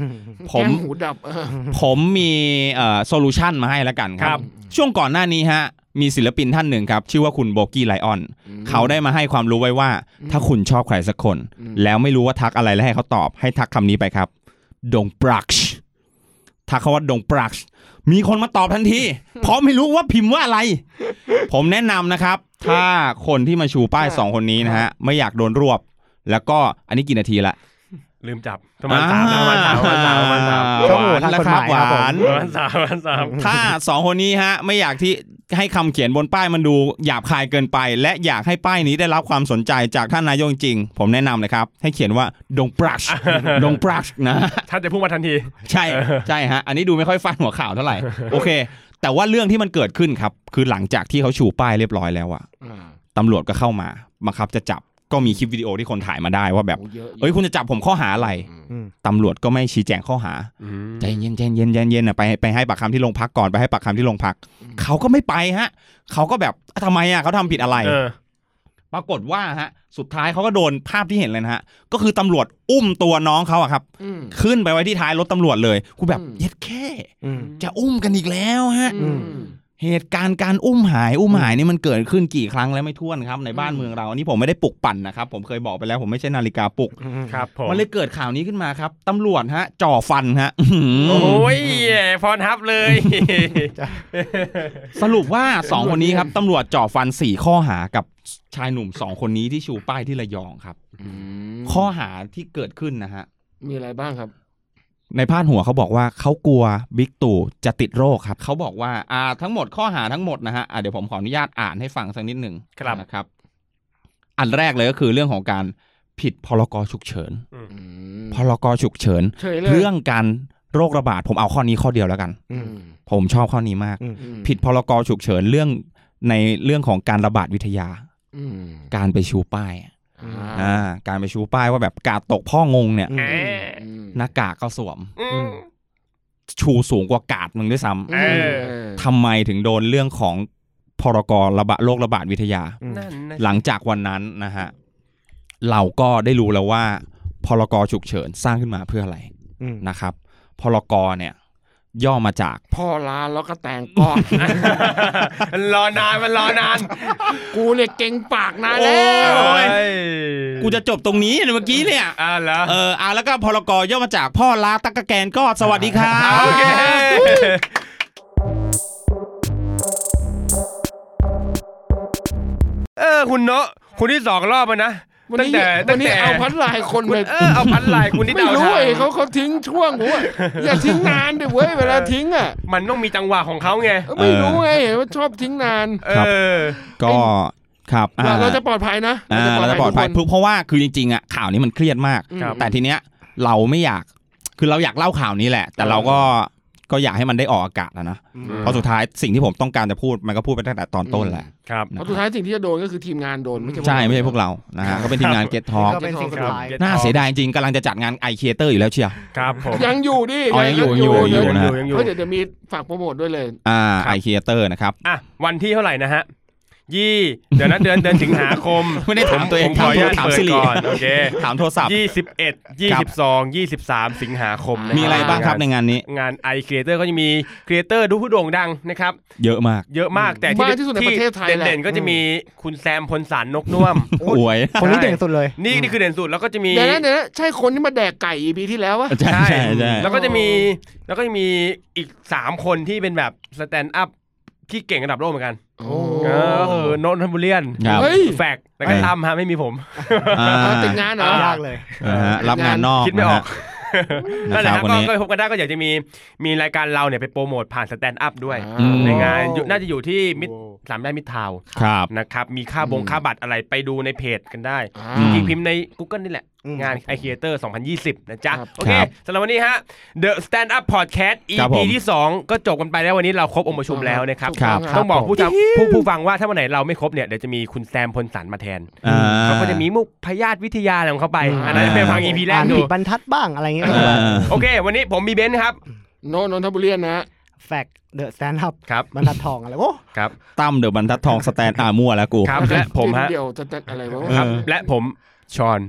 Speaker 6: ผม
Speaker 7: แก้หูดับเออ
Speaker 6: ผมมีเอ่อโซลูชันมาให้แล้วกันครับ ช่วงก่อนหน้านี้ฮะ มีศิลปินท่านหนึ่งครับ ชื่อว่าคุณโบกี้ไลออน เขาได้มาให้ความรู้ไว้ว่า ถ้าคุณชอบใครสักคน
Speaker 7: อืม
Speaker 6: แล้วไม่รู้ว่าทักอะไรแล้วให้เขาตอบให้ทักคำนี้ไปครับ ดงปรักชทักคำว่าดงปรักชมีคนมาตอบทันที เพราะไม่รู้ว่าพิมพ์ว่าอะไร ผมแนะนำนะครับ ถ้าคนที่มาชูป้ายสองคนนี้นะฮะ ไม่อยากโดนรวบ แล้วก็อันนี้กี่นาทีละ
Speaker 5: ลืมจับประมาณสามประมาณสามประมาณสามประมาณสาม
Speaker 1: ช่องโหว่ทางกฎหมาย
Speaker 6: ห
Speaker 1: ครับผม
Speaker 6: วาน
Speaker 5: ประมาณสามประมาณสาม
Speaker 6: ถ้าสองคนนี้ฮะ ไม่อยากที่ให้คำเขียนบนป้ายมันดูหยาบคายเกินไป และอยากให้ป้ายนี้ได้รับความสนใจจากท่านนายกจริงๆผมแนะนำเลยครับ ให้เขียนว่าดงปรัช ดงปรัชนะ
Speaker 5: ท่านจะพุ่งมาทันที
Speaker 6: ใช่ใช่ฮะ อันนี้ดูไม่ค่อยฟันหัวข่าวเท่าไหร่ โอเค แต่ว่าเรื่องที่มันเกิดขึ้นครับ คือหลังจากที่เขาชูป้ายเรียบร้อยแล้วอะตำรวจก็เข้ามาบังคับจะจับก็มีคลิปวิดีโอที่คนถ่ายมาได้ว่าแบบ
Speaker 7: โอ้เยอะ
Speaker 6: เอ้ยคุณจะจับผมข้อหาอะไร
Speaker 1: อืม
Speaker 6: ตำรวจก็ไม่ชี้แจงข้อหา ใจเย็นใจเย็นใจเย็นอ่ะไปให้ไปให้ปากคำที่โรงพักก่อนไปให้ปากคำที่โรงพักเขาก็ไม่ไปฮะเขาก็แบบอ่ะทำไมอ่ะเขาทำผิดอะไร
Speaker 5: เออ
Speaker 6: ปรากฏว่าฮะสุดท้ายเขาก็โดนภาพที่เห็นเลยนะฮะก็คือตำรวจอุ้มตัวน้องเขาอะครับ
Speaker 7: อืม
Speaker 6: ขึ้นไปไว้ที่ท้ายรถตำรวจเลยกูแบบ
Speaker 7: อืม
Speaker 6: เย็ดแค่
Speaker 1: อืม
Speaker 6: จะอุ้มกันอีกแล้วฮะ
Speaker 7: อืม
Speaker 6: เหตุการณ์การอุ้มหายอุ้มหายนี่มันเกิดขึ้นกี่ครั้งแล้วไม่ท้วนครับในบ้านเมืองเราอันนี้ผมไม่ได้ปลุกปั่นนะครับผมเคยบอกไปแล้วผมไม่ใช่นาฬิกาปลุก
Speaker 5: ครับผม
Speaker 6: มันเลยเกิดข่าวนี้ขึ้นมาครับตำรวจฮะจ่อฟันฮะ
Speaker 5: โอ้ยพรทับเลย
Speaker 6: สรุปว่า 2 คนนี้ครับตำรวจจ่อฟัน 4 ข้อหากับชายหนุ่ม 2 คนนี้ที่ชูป้ายที่ระยองครับ ข้อหาที่เกิดขึ้นนะฮะ
Speaker 7: มีอะไรบ้างครับ
Speaker 6: ในพาดหัวเขาบอกว่าเขากลัวบิ๊กตู่จะติดโรคครับเขาบอกว่าอ่าทั้งหมดข้อหาทั้งหมดนะฮะอ่าเดี๋ยวผมขออนุญาตอ่านให้ฟังสักนิดหนึ่ง
Speaker 5: ครับ
Speaker 6: นะครับ อันแรกเลยก็คือเรื่องของการผิดพรกฉุกเฉิน
Speaker 7: อืม
Speaker 6: พรกฉุกเฉิน
Speaker 7: เฉยเลย
Speaker 6: เรื่องการโรคระบาดผมเอาข้อนี้ข้อเดียวแล้วกัน
Speaker 7: อืม
Speaker 6: ผมชอบข้อนี้มาก
Speaker 7: อืม
Speaker 6: ผิดพรกฉุกเฉินเรื่องในเรื่องของการระบาดวิทยา
Speaker 7: อืม
Speaker 6: การไปชูป้ายอ่ะ
Speaker 7: อ่า
Speaker 6: อ่าการไปชูป้ายว่าแบบกาดตกพ่องงเนี่ย
Speaker 1: อืม
Speaker 7: อืม
Speaker 6: หน้ากากก็สวม
Speaker 5: อืม
Speaker 6: ชูสูงกว่ากาดมึงด้วยซ้ำ
Speaker 5: เออ
Speaker 7: เออ
Speaker 6: ทำไมถึงโดนเรื่องของ พรกรระบาดโรคระบาดวิทยา
Speaker 5: นั่นนะ
Speaker 6: หลังจากวันนั้นนะฮะเราก็ได้รู้แล้วว่าพรกฉุกเฉินสร้างขึ้นมาเพื่ออะไร
Speaker 1: อืม
Speaker 6: นะครับพรกเนี่ย ย่อมาจาก
Speaker 7: พ่อลาแล้วก็แตงก้อน
Speaker 5: มัน รอนานมันรอนาน
Speaker 7: กูเนี่ยเก่งปากนานแล้ว
Speaker 6: โอ้ย
Speaker 5: เอ้ย
Speaker 6: กูจะจบตรงนี้เนี่ยเมื่อกี้เนี่ย
Speaker 5: อ่าเหรอ
Speaker 6: เอออ่ะแล้วก็พรกย่อมาจากพ่อลาตักกะแกนก็สวัสดีครั
Speaker 5: อ่า
Speaker 6: บ
Speaker 5: โอเคเออคุณเนาะคุณที่สองรอบแล้วนะ
Speaker 7: วันนี้
Speaker 5: ตั้งแต่ตั้
Speaker 7: วัน
Speaker 5: ง
Speaker 7: นี้
Speaker 5: แต่
Speaker 7: เอาพันลายคนไป
Speaker 5: เออเอาพันลายคุณที่
Speaker 7: ไม่
Speaker 5: เดา
Speaker 7: รู้
Speaker 5: ทาง
Speaker 7: ไอ้เขาเขาทิ้งช่วงผมว่าอย่าทิ้งนานดิเว้ยเวลาทิ้งอ่ะ
Speaker 5: มันต้องมีจังหวะของเขาไง
Speaker 7: เออไม่รู้ไงเห็นว่าชอบทิ้งนาน
Speaker 5: เออ
Speaker 6: ก็ครับอ่
Speaker 7: เราเราจะปลอดภัยนะ
Speaker 6: อ่าเราจะปลอดภัย
Speaker 7: ทุกคน
Speaker 6: เพราะว่าคือจริงๆอ่ะข่าวนี้มันเครียดมาก
Speaker 5: ครับ
Speaker 6: แต่ทีเนี้ยเราไม่อยากคือเราอยากเล่าข่าวนี้แหละ แต่เราก็ก็อยากให้มันได้ออกอากาศนะนะเพราะสุดท้ายสิ่งที่ผมต้องการจะพูดมันก็พูดไปตั้งแต่ตอนต้นแหละ
Speaker 5: ครับ
Speaker 7: เพ
Speaker 6: นะ
Speaker 7: ราะสุดท้ายสิ่งที่จะโดนก็คือทีมงานโดนไม่ใช่
Speaker 6: ใช่ไม่ใช่พวกเรานะฮะก็เป็นทีมงานเก็ตทอ
Speaker 1: ก็เป็นสิ่งสุดท้าย
Speaker 5: Get
Speaker 6: น่า
Speaker 5: Talk
Speaker 6: เสียดายจริงๆกำลังจะจัดงานไอเคียเตอร์อยู่แล้วเชียว
Speaker 5: ครับผม
Speaker 7: ยังอยู่ดิ
Speaker 6: อ๋อยังอยู่ยังอยู่ยังอยู่
Speaker 5: ยัง
Speaker 6: นะ
Speaker 5: อยู่ยังอยู่
Speaker 7: เฮ้ยเดี๋ยวเดี๋ยวมีฝากโปรโมทด้วยเลย
Speaker 6: อ่า
Speaker 5: ครั
Speaker 6: ไอบ เคียเตอร์นะครับ
Speaker 5: อ่ะวันที่เท่าไหร่นะฮะยี่เดี๋ยวนะเดือนเดือนสิงหาคม
Speaker 6: ไม่ได้ถามตัวเอง
Speaker 5: ผขออนุญาต
Speaker 6: ถาม
Speaker 5: เปิด
Speaker 6: สิริ
Speaker 5: ก่อนโอเค
Speaker 6: ถามโทรศัพท์
Speaker 5: ยี่สิบเอ็ดยี่สิบสองยี่สิบสามสิงหาคมน
Speaker 6: มีอะไรบ้างครับในงานนี้
Speaker 5: งานไอครีเอเตอร์ก็จะมีครีเอเตอร์ดูผู้โด่งดังนะครับ
Speaker 6: เยอะมาก
Speaker 5: เยอะมากแต่
Speaker 7: มากที่สุดในประเทศไทยแหละ
Speaker 5: เด่นๆก็จะมีคุณแซมพลสารนกนุ่ม
Speaker 1: โอ้ย
Speaker 6: อวย
Speaker 1: คนนี้เด่นสุดเลย
Speaker 5: นี่นี่คือเด่นสุดแล้วก็จะมี
Speaker 7: เดี๋ยวนะเดี๋ยวนะใช่คนที่มาแดกไก่ EP ที่แล้ววะ
Speaker 6: ใช่ใช่ใช่
Speaker 5: แล้วก็จะมีแล้วก็จะมีอีกสามคนที่เป็นแบบสแตนด์อัพที่เก่งระดับโลกเหมือนกัน
Speaker 7: โอ้
Speaker 5: เออก็คือโนนทัมบูเลียน
Speaker 6: ครับ
Speaker 7: เฮ้ย
Speaker 5: แฟกต์แล้วก็ทำฮะไม่มีผม
Speaker 6: อ่า
Speaker 7: เอาติดงานเหรอ
Speaker 1: ยากเลย
Speaker 6: อ่าฮะรับงานนอก
Speaker 5: คิดไม่ออก
Speaker 6: นะ
Speaker 5: นั่นแหละ
Speaker 6: ฮะ
Speaker 5: ค
Speaker 6: นะค
Speaker 5: รับบ
Speaker 6: รัวัน
Speaker 5: ก็
Speaker 6: นี้
Speaker 5: ก็พบกันได้ก็อยากจะมีมีรายการเราเนี่ยไปโปรโมทผ่านสแตนด์อัพด้วย
Speaker 7: อืม
Speaker 5: ในงานอยู่น่าจะอยู่ที่มิดสามได้มิดทาวน์
Speaker 6: ครับ
Speaker 5: นะครับ มีค่าบงค่าบัตรอะไรไปดูในเพจกันได้
Speaker 7: อ่า
Speaker 6: อืม
Speaker 5: จริงๆพิมพ์ใน Google นี่แหละ
Speaker 1: อืม
Speaker 5: งาน i c r e a t o r 2020 นะจ๊ะ
Speaker 7: ครับ
Speaker 5: โอเค
Speaker 6: ครับ
Speaker 5: สำหรับวันนี้ฮะ The Stand Up Podcast
Speaker 6: ครับ
Speaker 5: EP
Speaker 6: ผม
Speaker 5: ที่ 2 ก็จบกันไปแล้ววันนี้เราครบองค์ประชุมแล้วนะครับ
Speaker 7: ครับ
Speaker 5: ต้องบอกผู้ชมผู้ผู้ฟังว่าถ้าวันไหนเราไม่ครบเนี่ย เดี๋ยวจะมีคุณแซมพลสันมาแทน
Speaker 6: อ่
Speaker 5: เขาก็จะมีมุกพยาธิวิทยาอะไรของเขาไป อันนั้นไปฟัง EP แร
Speaker 1: อ่าก น
Speaker 5: ดู
Speaker 1: ผิดบรรทัดบ้างอะไรเงี้ย
Speaker 6: เออ
Speaker 5: โอเค วันนี้ผมมีเบนซ์ครับ
Speaker 7: โนนนทบุรีนะ
Speaker 1: แฟกเดอะสแตนด์อัพ
Speaker 5: ครับ
Speaker 1: บรรทัดทองอะไรโอ้
Speaker 5: ครับ
Speaker 6: ตั้มเดี๋ยวบรรทัดทองสแตนอ่ามั่วแล้วกู
Speaker 5: ครับ และผมฮะ
Speaker 7: เดียวจะจะอะไรวะ
Speaker 5: ครับ
Speaker 6: เออ
Speaker 5: และผมชอน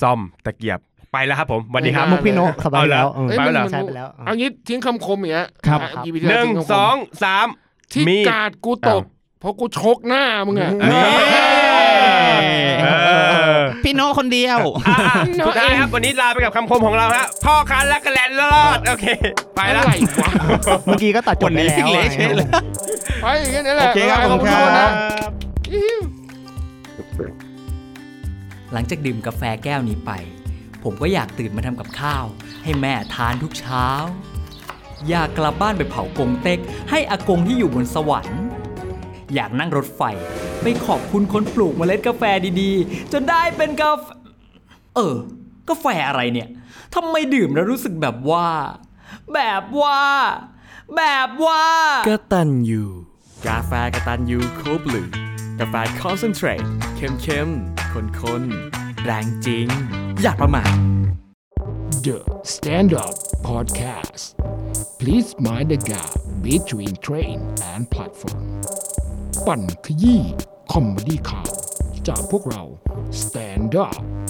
Speaker 5: ซอมตะเกียบไปแล้วครับผมสวัสดีครับ
Speaker 7: ไม่
Speaker 1: มุ
Speaker 7: ได้
Speaker 1: กพี่โนะสบายแล้ว
Speaker 5: เอาละ
Speaker 1: เออ
Speaker 7: เอ้ยมัน
Speaker 5: ไปแล้วเหรอ
Speaker 7: มัน
Speaker 1: ใช้ไปแล้วอ่ะ
Speaker 7: เอางี้ทิ้งคำคมอย่างเงี้ย
Speaker 6: ครับ
Speaker 7: อ่ะ EP ที่
Speaker 5: ห
Speaker 7: แล้ว
Speaker 5: นึ่ง
Speaker 7: ทิ้คำคม
Speaker 5: สองสาม
Speaker 7: ที่
Speaker 5: มีด
Speaker 7: กาดกูตบเพราะกูชกหน้ามึงอะ
Speaker 6: นี่
Speaker 5: เออ
Speaker 6: พี่โน้คนเดียว
Speaker 5: อ่ะสุดท้ายครับ วันนี้ลาไปกับคำคมของเราฮะ พ่อคันและกระแลนรอด โอเค ไป
Speaker 7: ไป
Speaker 5: แล้
Speaker 7: ละ
Speaker 5: ว
Speaker 7: ไรวะ
Speaker 1: เมื่อกี้ก็ตัดจบไปแล้ว
Speaker 6: วันนี้เละเทะเลย
Speaker 7: ไปอย่างเงี้ยนี่แหละ
Speaker 6: โอเคครับ
Speaker 7: ไป
Speaker 6: ผมครั
Speaker 7: ณโนนะ
Speaker 6: บ
Speaker 8: หลังจากดื่มกาแฟแก้วนี้ไป ผมก็อยากตื่นมาทำกับข้าว ให้แม่ทานทุกเช้า อยากกลับบ้านไปเผากงเต็ก ให้อากงที่อยู่บนสวรรค์ อยากนั่งรถไฟ ไปขอบคุณคนปลูกเมล็ดกาแฟดีๆ จนได้เป็นกาแฟ เออ กาแฟอะไรเนี่ยทำไมดื่มแล้วรู้สึกแบบว่า แบบว่า แบบว่า
Speaker 9: กตันยูกาแฟกตันยูโคบลูกาแฟคอนเซนเทรตเข้มเข้มข้นข้นๆแรงจริง อย่าประมาท
Speaker 3: The Stand Up Podcast Please mind the gap between train and platform ปั่นขยี้คอมเมดี้ข่าวจากพวกเรา Stand Up